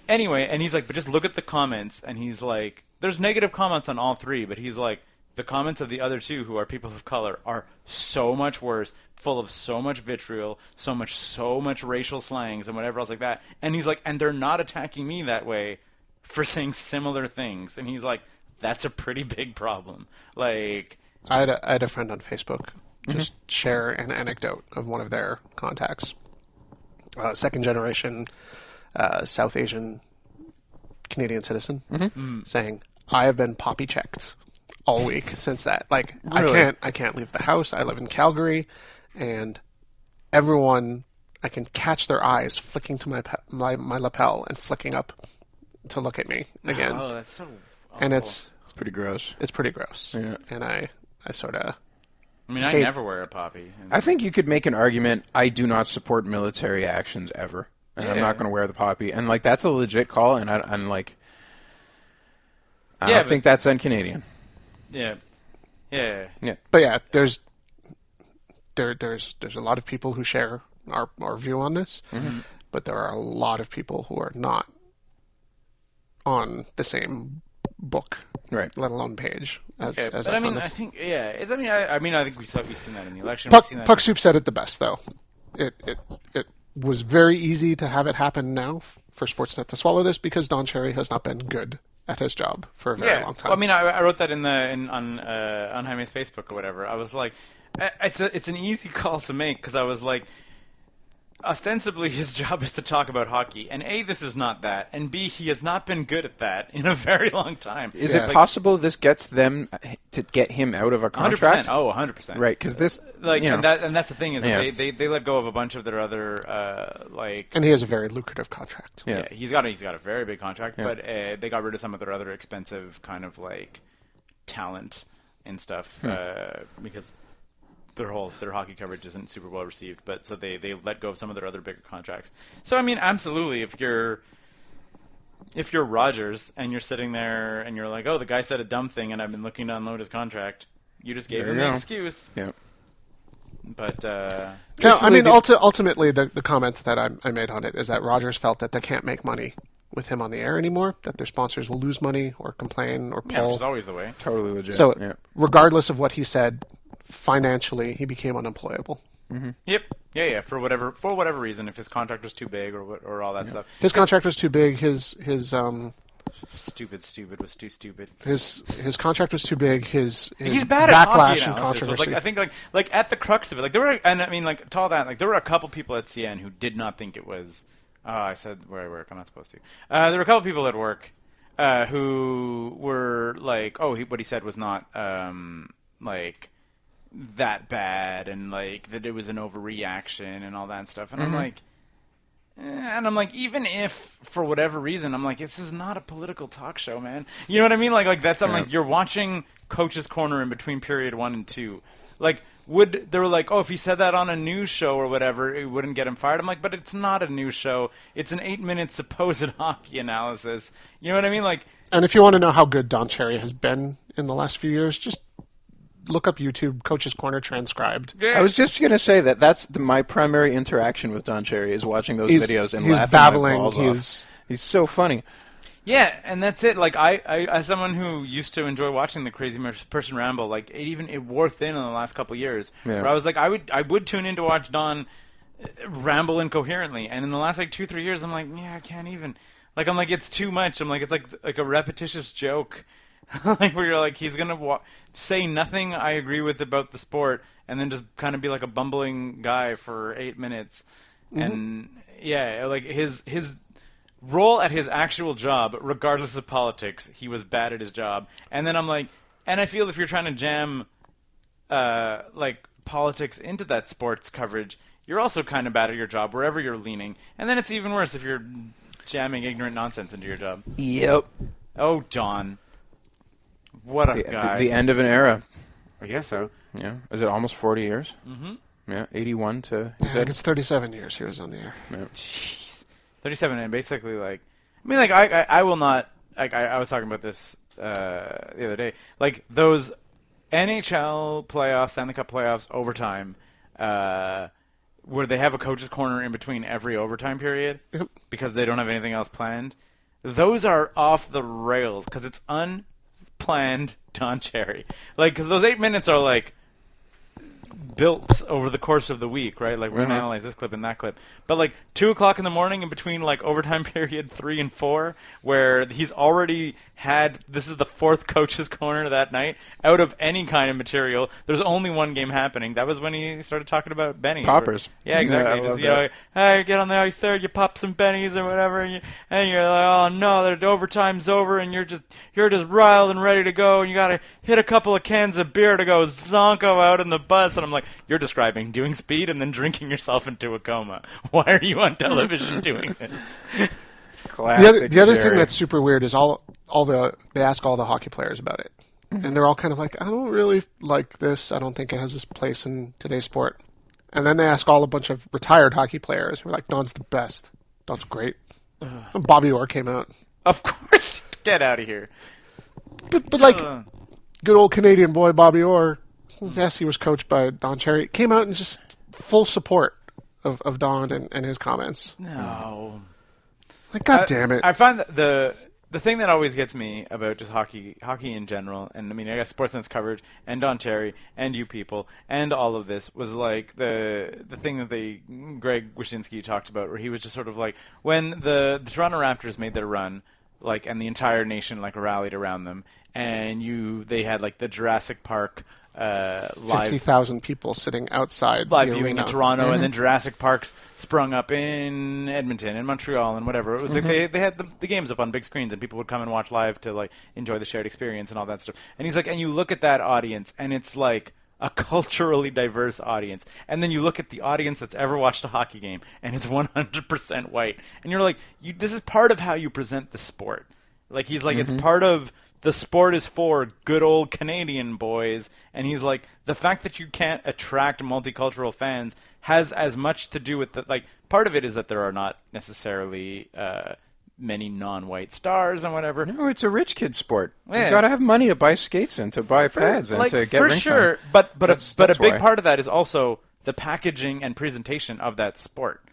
C: anyway, and he's like, but just look at the comments, and he's like, there's negative comments on all three, but he's like, the comments of the other two, who are people of color, are so much worse, full of so much vitriol, so much, so much racial slangs and whatever else like that. And he's like, and they're not attacking me that way for saying similar things. And he's like, that's a pretty big problem. Like,
B: I had a, I had a friend on Facebook
D: Mm-hmm.
B: just share an anecdote of one of their contacts, uh, second generation uh, South Asian Canadian citizen,
D: Mm-hmm.
B: saying, "I have been poppy checked all week since that. Like I
D: Really?
B: can't I can't leave the house. I live in Calgary, and everyone." I can catch their eyes flicking to my pa- my, my lapel and flicking up to look at me again,
C: oh, that's so.
B: and it's
D: It's pretty gross.
B: it's pretty gross.
D: Yeah.
B: And I I sort of
C: I mean, I never wear a poppy.
D: I think you could make an argument. I do not support military actions ever, and I'm not going to wear the poppy. And like that's a legit call. And I, I'm like, I
C: Yeah,
D: don't
C: but-
D: think that's un-Canadian.
C: Yeah. Yeah.
D: Yeah,
B: but yeah, there's there there's there's a lot of people who share our our view on this,
C: Mm-hmm.
B: but there are a lot of people who are not on the same book,
D: right.
B: let alone page as as
C: But I
B: us on
C: mean,
B: this.
C: I think yeah. It's, I mean, I, I mean, I think we saw, we've seen that in the election. we've
B: Puck,
C: seen that
B: Puck Soup said it the best though. It it it was very easy to have it happen now f- for Sportsnet to swallow this because Don Cherry has not been good at his job for a very long time.
C: Well, I mean, I, I wrote that in the in, on uh, on Jaime's Facebook or whatever. I was like, I- it's a, it's an easy call to make because I was like, ostensibly his job is to talk about hockey, and a this is not that, and b he has not been good at that in a very long time.
D: Is
B: Yeah.
D: it possible this gets them to get him out of a
C: Hundred percent.
D: contract?
C: Oh, 100 percent.
D: right. Because this,
C: Like,
D: you know,
C: and that and that's the thing is that
D: Yeah.
C: they, they they let go of a bunch of their other uh, like
B: and he has a very lucrative contract.
D: Yeah.
C: Yeah, he's got a, he's got a very big contract, but uh, they got rid of some of their other expensive kind of like talent and stuff
D: Hmm.
C: uh, because their whole their hockey coverage isn't super well received. But so they they let go of some of their other bigger contracts. So I mean, absolutely, if you're if you're Rogers and you're sitting there and you're like, oh, the guy said a dumb thing and I've been looking to unload his contract, you just gave
D: There
C: him
D: you
C: the
D: go.
C: excuse.
D: Yeah.
C: But uh,
B: No, I
D: Truthfully,
B: mean,
D: the-
B: ulti- ultimately, the, the comments that I, I made on it is that Rogers felt that they can't make money with him on the air anymore, that their sponsors will lose money or complain or
C: yeah, which
B: pull.
C: is always the way.
D: Totally legit.
B: so,
D: yeah.
B: regardless of what he said, financially, he became unemployable.
C: Yep. Yeah, yeah. For whatever for whatever reason, if his contract was too big or what- or all that stuff,
B: His contract was too big. His his um
C: stupid, stupid was too stupid.
B: his his contract was too big. His, his
C: He's bad at
B: backlash
C: hockey
B: and
C: analysis. It was
B: controversy.
C: like I think like like at the crux of it, like there were and I mean like to all that, like there were a couple people at CN who did not think it was. Uh, I said where I work. I'm not supposed to. Uh, there were a couple people at work uh, who were like, "Oh, he, what he said was not um, like that bad," and like that it was an overreaction and all that stuff. And
B: Mm-hmm.
C: I'm like, and I'm like, even if for whatever reason, I'm like, this is not a political talk show, man. You know what I mean? Like, like that's I'm like, you're watching Coach's Corner in between period one and two. Like, would they were like, oh, if he said that on a news show or whatever, it wouldn't get him fired. I'm like, but it's not a news show. It's an eight minute supposed hockey analysis. You know what I mean? Like,
B: and if you want to know how good Don Cherry has been in the last few years, just look up YouTube Coach's Corner transcribed.
D: I was just gonna say that that's the, my primary interaction with Don Cherry is watching those
B: He's-
D: videos and
B: he's
D: laughing
B: babbling,
D: my balls
B: he's-
D: off. He's so funny.
C: Yeah, and that's it. Like I, I, as someone who used to enjoy watching the Crazy Mer- Person Ramble, like it even it wore thin in the last couple of years.
D: Yeah.
C: Where I was like, I would, I would tune in to watch Don uh, ramble incoherently, and in the last like two, three years, I'm like, yeah, I can't even. Like I'm like, it's too much. I'm like, it's like like a repetitious joke, like where you're like, he's gonna wa- say nothing I agree with about the sport, and then just kind of be like a bumbling guy for eight minutes,
D: Mm-hmm.
C: and yeah, like his his role at his actual job, regardless of politics, he was bad at his job. And then I'm like, and I feel if you're trying to jam, uh, like politics into that sports coverage, you're also kind of bad at your job wherever you're leaning. And then it's even worse if you're jamming ignorant nonsense into your job.
D: Yep.
C: Oh, Don, what a
D: The,
C: guy!
D: the, the end of an era.
C: I guess so.
D: Yeah. Is it almost forty years? Mm-hmm. Yeah. Eighty-one to.
B: I
D: Is
B: think
D: that
B: it's 37 years he was on the air.
C: Jeez. 37 and basically like I mean like I I, I will not like I, I was talking about this uh, the other day like those NHL playoffs Stanley Cup playoffs overtime uh, where they have a coach's corner in between every overtime period because they don't have anything else planned those are off the rails because it's unplanned Don Cherry like because those eight minutes are like built over the course of the week, right? Like we're gonna
D: Mhm.
C: analyze this clip and that clip, but like two o'clock in the morning, in between like overtime period three and four, where he's already had this is the fourth coach's corner that night out of any kind of material. There's only one game happening. That was when he started talking about Benny
D: Poppers.
C: Yeah, exactly.
D: Yeah, I
C: Just,
D: love
C: you know,
D: that.
C: hey, get on the ice there, you pop some bennies or whatever, and, you, and you're like, oh no, the overtime's over, and you're just you're just riled and ready to go, and you gotta hit a couple of cans of beer to go zonko out in the bus, and I'm like, you're describing doing speed and then drinking yourself into a coma. Why are you on television doing this?
D: classic?
B: The other, the other thing
D: Jerry?
B: that's super weird is all all the they ask all the hockey players about it, and they're all kind of like, I don't really like this. I don't think it has this place in today's sport. And then they ask all a bunch of retired hockey players who are like, Don's the best. Don's great. And Bobby Orr came out,
C: of course, get out of here.
B: but but like good old Canadian boy Bobby Orr. Yes, he was coached by Don Cherry. Came out and just full support of, of Don and, and his comments.
C: No.
B: Like, God damn it!
C: I find that the the thing that always gets me about just hockey, hockey in general, and I mean, I guess Sportsnet's coverage, and Don Cherry, and you people, and all of this was like the the thing that they Greg Wyshynski talked about, where he was just sort of like when the the Toronto Raptors made their run, like, and the entire nation like rallied around them, and you they had like the Jurassic Park uh, live
B: Fifty thousand people sitting outside
C: live
B: the
C: viewing in
B: arena.
C: Toronto, and then Jurassic Park's sprung up in Edmonton and Montreal and whatever. It was like they they had the, the games up on big screens, and people would come and watch live to like enjoy the shared experience and all that stuff. And he's like, and you look at that audience, and it's like a culturally diverse audience, and then you look at the audience that's ever watched a hockey game, and it's 100% white, and you're like, you, this is part of how you present the sport. Like he's like it's part of the sport is for good old Canadian boys and he's like the fact that you can't attract multicultural fans has as much to do with the like part of it is that there are not necessarily uh many non-white stars and whatever.
D: No, oh, it's a rich kid sport.
C: Yeah.
D: You gotta have money to buy skates and to buy pads and
C: like,
D: to get
C: for
D: ring
C: sure.
D: time.
C: But but
D: That's-
C: a, but
D: that's
C: a big
D: why.
C: part of that is also the packaging and presentation of that sport.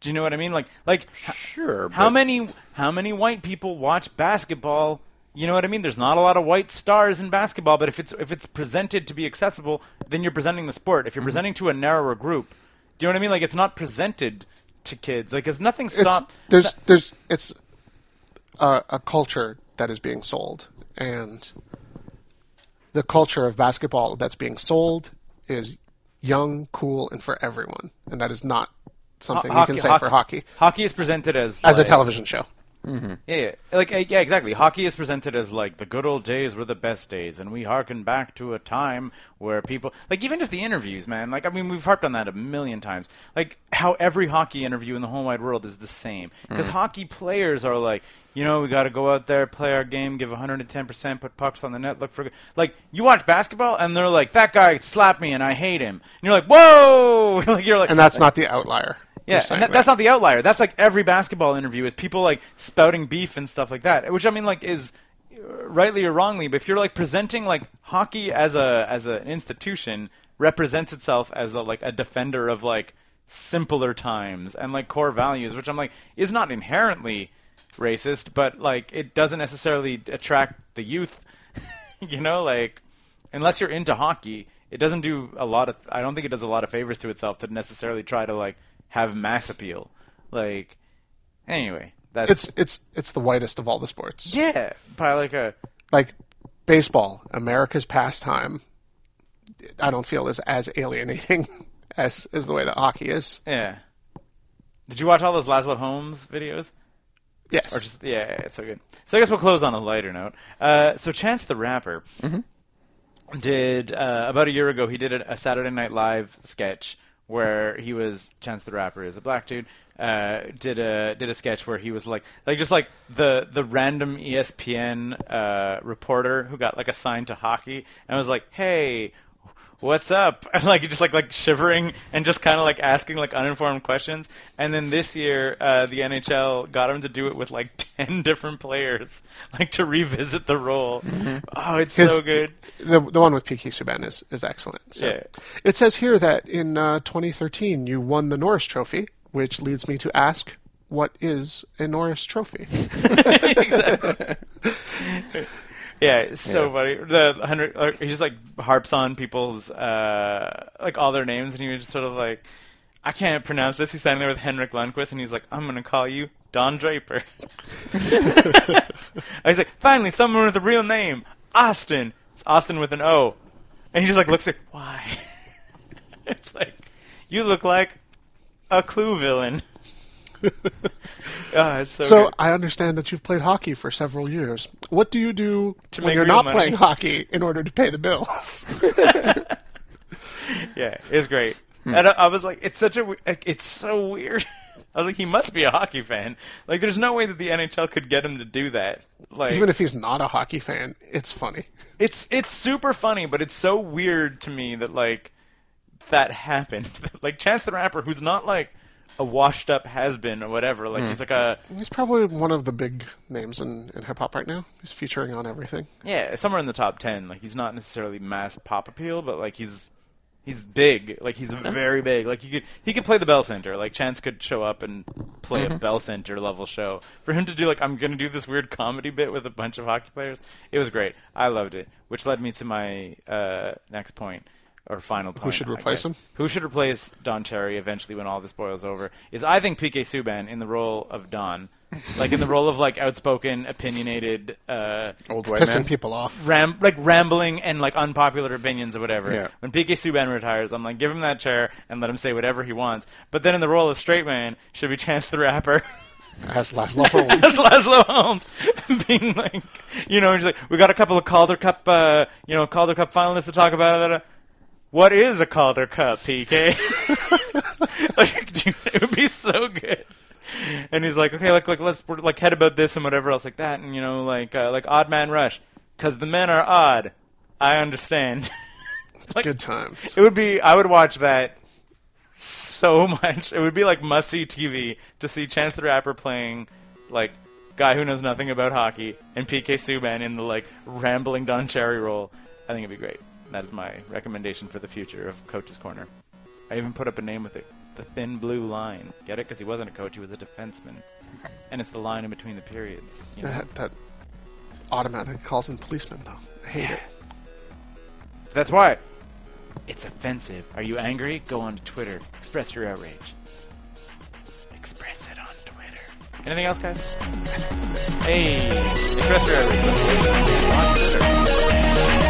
C: Do you know what I mean? Like like h-
D: Sure.
C: how
D: but-
C: many how many white people watch basketball? You know what I mean? There's not a lot of white stars in basketball, but if it's if it's presented to be accessible, then you're presenting the sport. If you're presenting to a narrower group, do you know what I mean? Like it's not presented to kids. Like it's nothing stop.
B: It's, there's there's it's a, a culture that is being sold, and the culture of basketball that's being sold is young, cool, and for everyone, and that is not something you can say for hockey
C: Hockey is presented as
B: as a
C: like-
B: television show.
C: Yeah, yeah. like uh, yeah, exactly. Hockey is presented as like the good old days were the best days, and we hearken back to a time where people like even just the interviews, man. Like I mean, we've harped on that a million times. Like how every hockey interview in the whole wide world is the same because hockey players are like, you know, we got to go out there, play our game, give 110 percent, put pucks on the net, look for g-" like you watch basketball and they're like, that guy slapped me and I hate him, and you're like, whoa, like you're like,
B: And that's not the outlier. You're
C: yeah,
B: saying
C: and that, that's not the outlier. That's like every basketball interview is people like spouting beef and stuff like that, which I mean, like, is uh, rightly or wrongly, but if you're like presenting like hockey as a as an institution represents itself as a, like a defender of like simpler times and like core values, which I'm like is not inherently racist, but like it doesn't necessarily attract the youth, you know, like unless you're into hockey, it doesn't do a lot of. I don't think it does a lot of favors to itself to necessarily try to like have mass appeal. Like, anyway, that's
B: it's it's it's the whitest of all the sports.
C: yeah, by like a
B: Like baseball, America's pastime. I don't feel is as alienating as is the way that hockey is.
C: yeah. Did you watch all those Laszlo Holmes videos?
B: Yes.
C: Or just yeah, it's so good. So I guess we'll close on a lighter note. Uh, so Chance the Rapper did uh, about a year ago. He did a, a Saturday Night Live sketch where he was Chance the Rapper is a black dude. Uh, did a did a sketch where he was like like just like the the random E ESPN uh, reporter who got like assigned to hockey and was like, hey. What's up? And like just like like shivering and just kind of like asking like uninformed questions. And then this year, uh, the NHL got him to do it with like ten different players, like to revisit the role. Oh, it's
B: His-
C: so good.
B: The the one with PK Subban is is excellent. So.
C: Yeah.
B: It says here that in uh, 2013 you won the Norris Trophy, which leads me to ask, what is a Norris Trophy?
C: exactly. Yeah, it's so funny. The hundred, uh, he just like harps on people's uh, like all their names, and he was just sort of like, I can't pronounce this. He's standing there with Henrik Lundqvist, and he's like, I'm gonna call you Don Draper. he's like, finally, someone with a real name, Austin. It's Austin with an O, and he just like looks like, why? it's like, you look like a Clue villain. Ah, it's so
B: so
C: good.
B: I understand that you've played hockey for several years. What do you do
C: To
B: when
C: make
B: you're
C: real
B: not
C: money.
B: playing hockey in order to pay the bills?
C: Yeah, it's great.
B: Hmm.
C: And I, I was like, it's such a, we- like, it's so weird. I was like, he must be a hockey fan. Like, there's no way that the NHL could get him to do that. Like,
B: Even if he's not a hockey fan, it's funny.
C: it's it's super funny, but it's so weird to me that like that happened. like Chance the Rapper, who's not like a washed up has been or whatever.
B: Hmm.
C: Like he's like a
B: He's probably one of the big names in, in hip hop right now. He's featuring on everything.
C: yeah, somewhere in the top ten. Like he's not necessarily mass pop appeal, but like he's he's big. Like he's very big. Like you could he could play the Bell Center. Like Chance could show up and play
B: Mm-hmm.
C: a Bell Center level show. For him to do like I'm gonna do this weird comedy bit with a bunch of hockey players, it was great. I loved it. Which led me to my uh, next point or final point.
B: should
C: I
B: replace
C: guess.
B: him?
C: Who should replace Don Cherry eventually when all this boils over is I think PK Subban in the role of Don. like in the role of like outspoken, opinionated, uh,
D: Old white
B: Pissing
D: man.
B: people off.
C: ram- like rambling and like unpopular opinions or whatever.
D: Yeah.
C: When PK Subban retires, I'm like, give him that chair and let him say whatever he wants. But then in the role of straight man, should be Chance the Rapper
B: As last level.
C: as Laszlo Holmes, being like, you know, he's like, we got a couple of Calder Cup, uh, you know, Calder Cup finalists to talk about. uh, What is a Calder Cup, PK? like, dude, it would be so good. And he's like, okay, like, like let's we're, like head about this and whatever else like that, and you know, like, uh, like Odd Man Rush, because the men are odd. I understand. like,
B: Good times.
C: it would be. I would watch that so much. It would be like must see TV to see Chance the Rapper playing like guy who knows nothing about hockey, and PK Subban in the like rambling Don Cherry role. I think it'd be great. That is my recommendation for the future of Coach's Corner. I even put up a name with it. The thin blue line. Get it? Because he wasn't a coach, he was a defenseman. And it's the line in between the periods. you know?
B: That, that automatically calls in policemen, though. I hate it.
C: That's why. It's offensive. Are you angry? Go on to Twitter. Express your outrage. Express it on Twitter. Anything else, guys? Hey, express your outrage. on Twitter.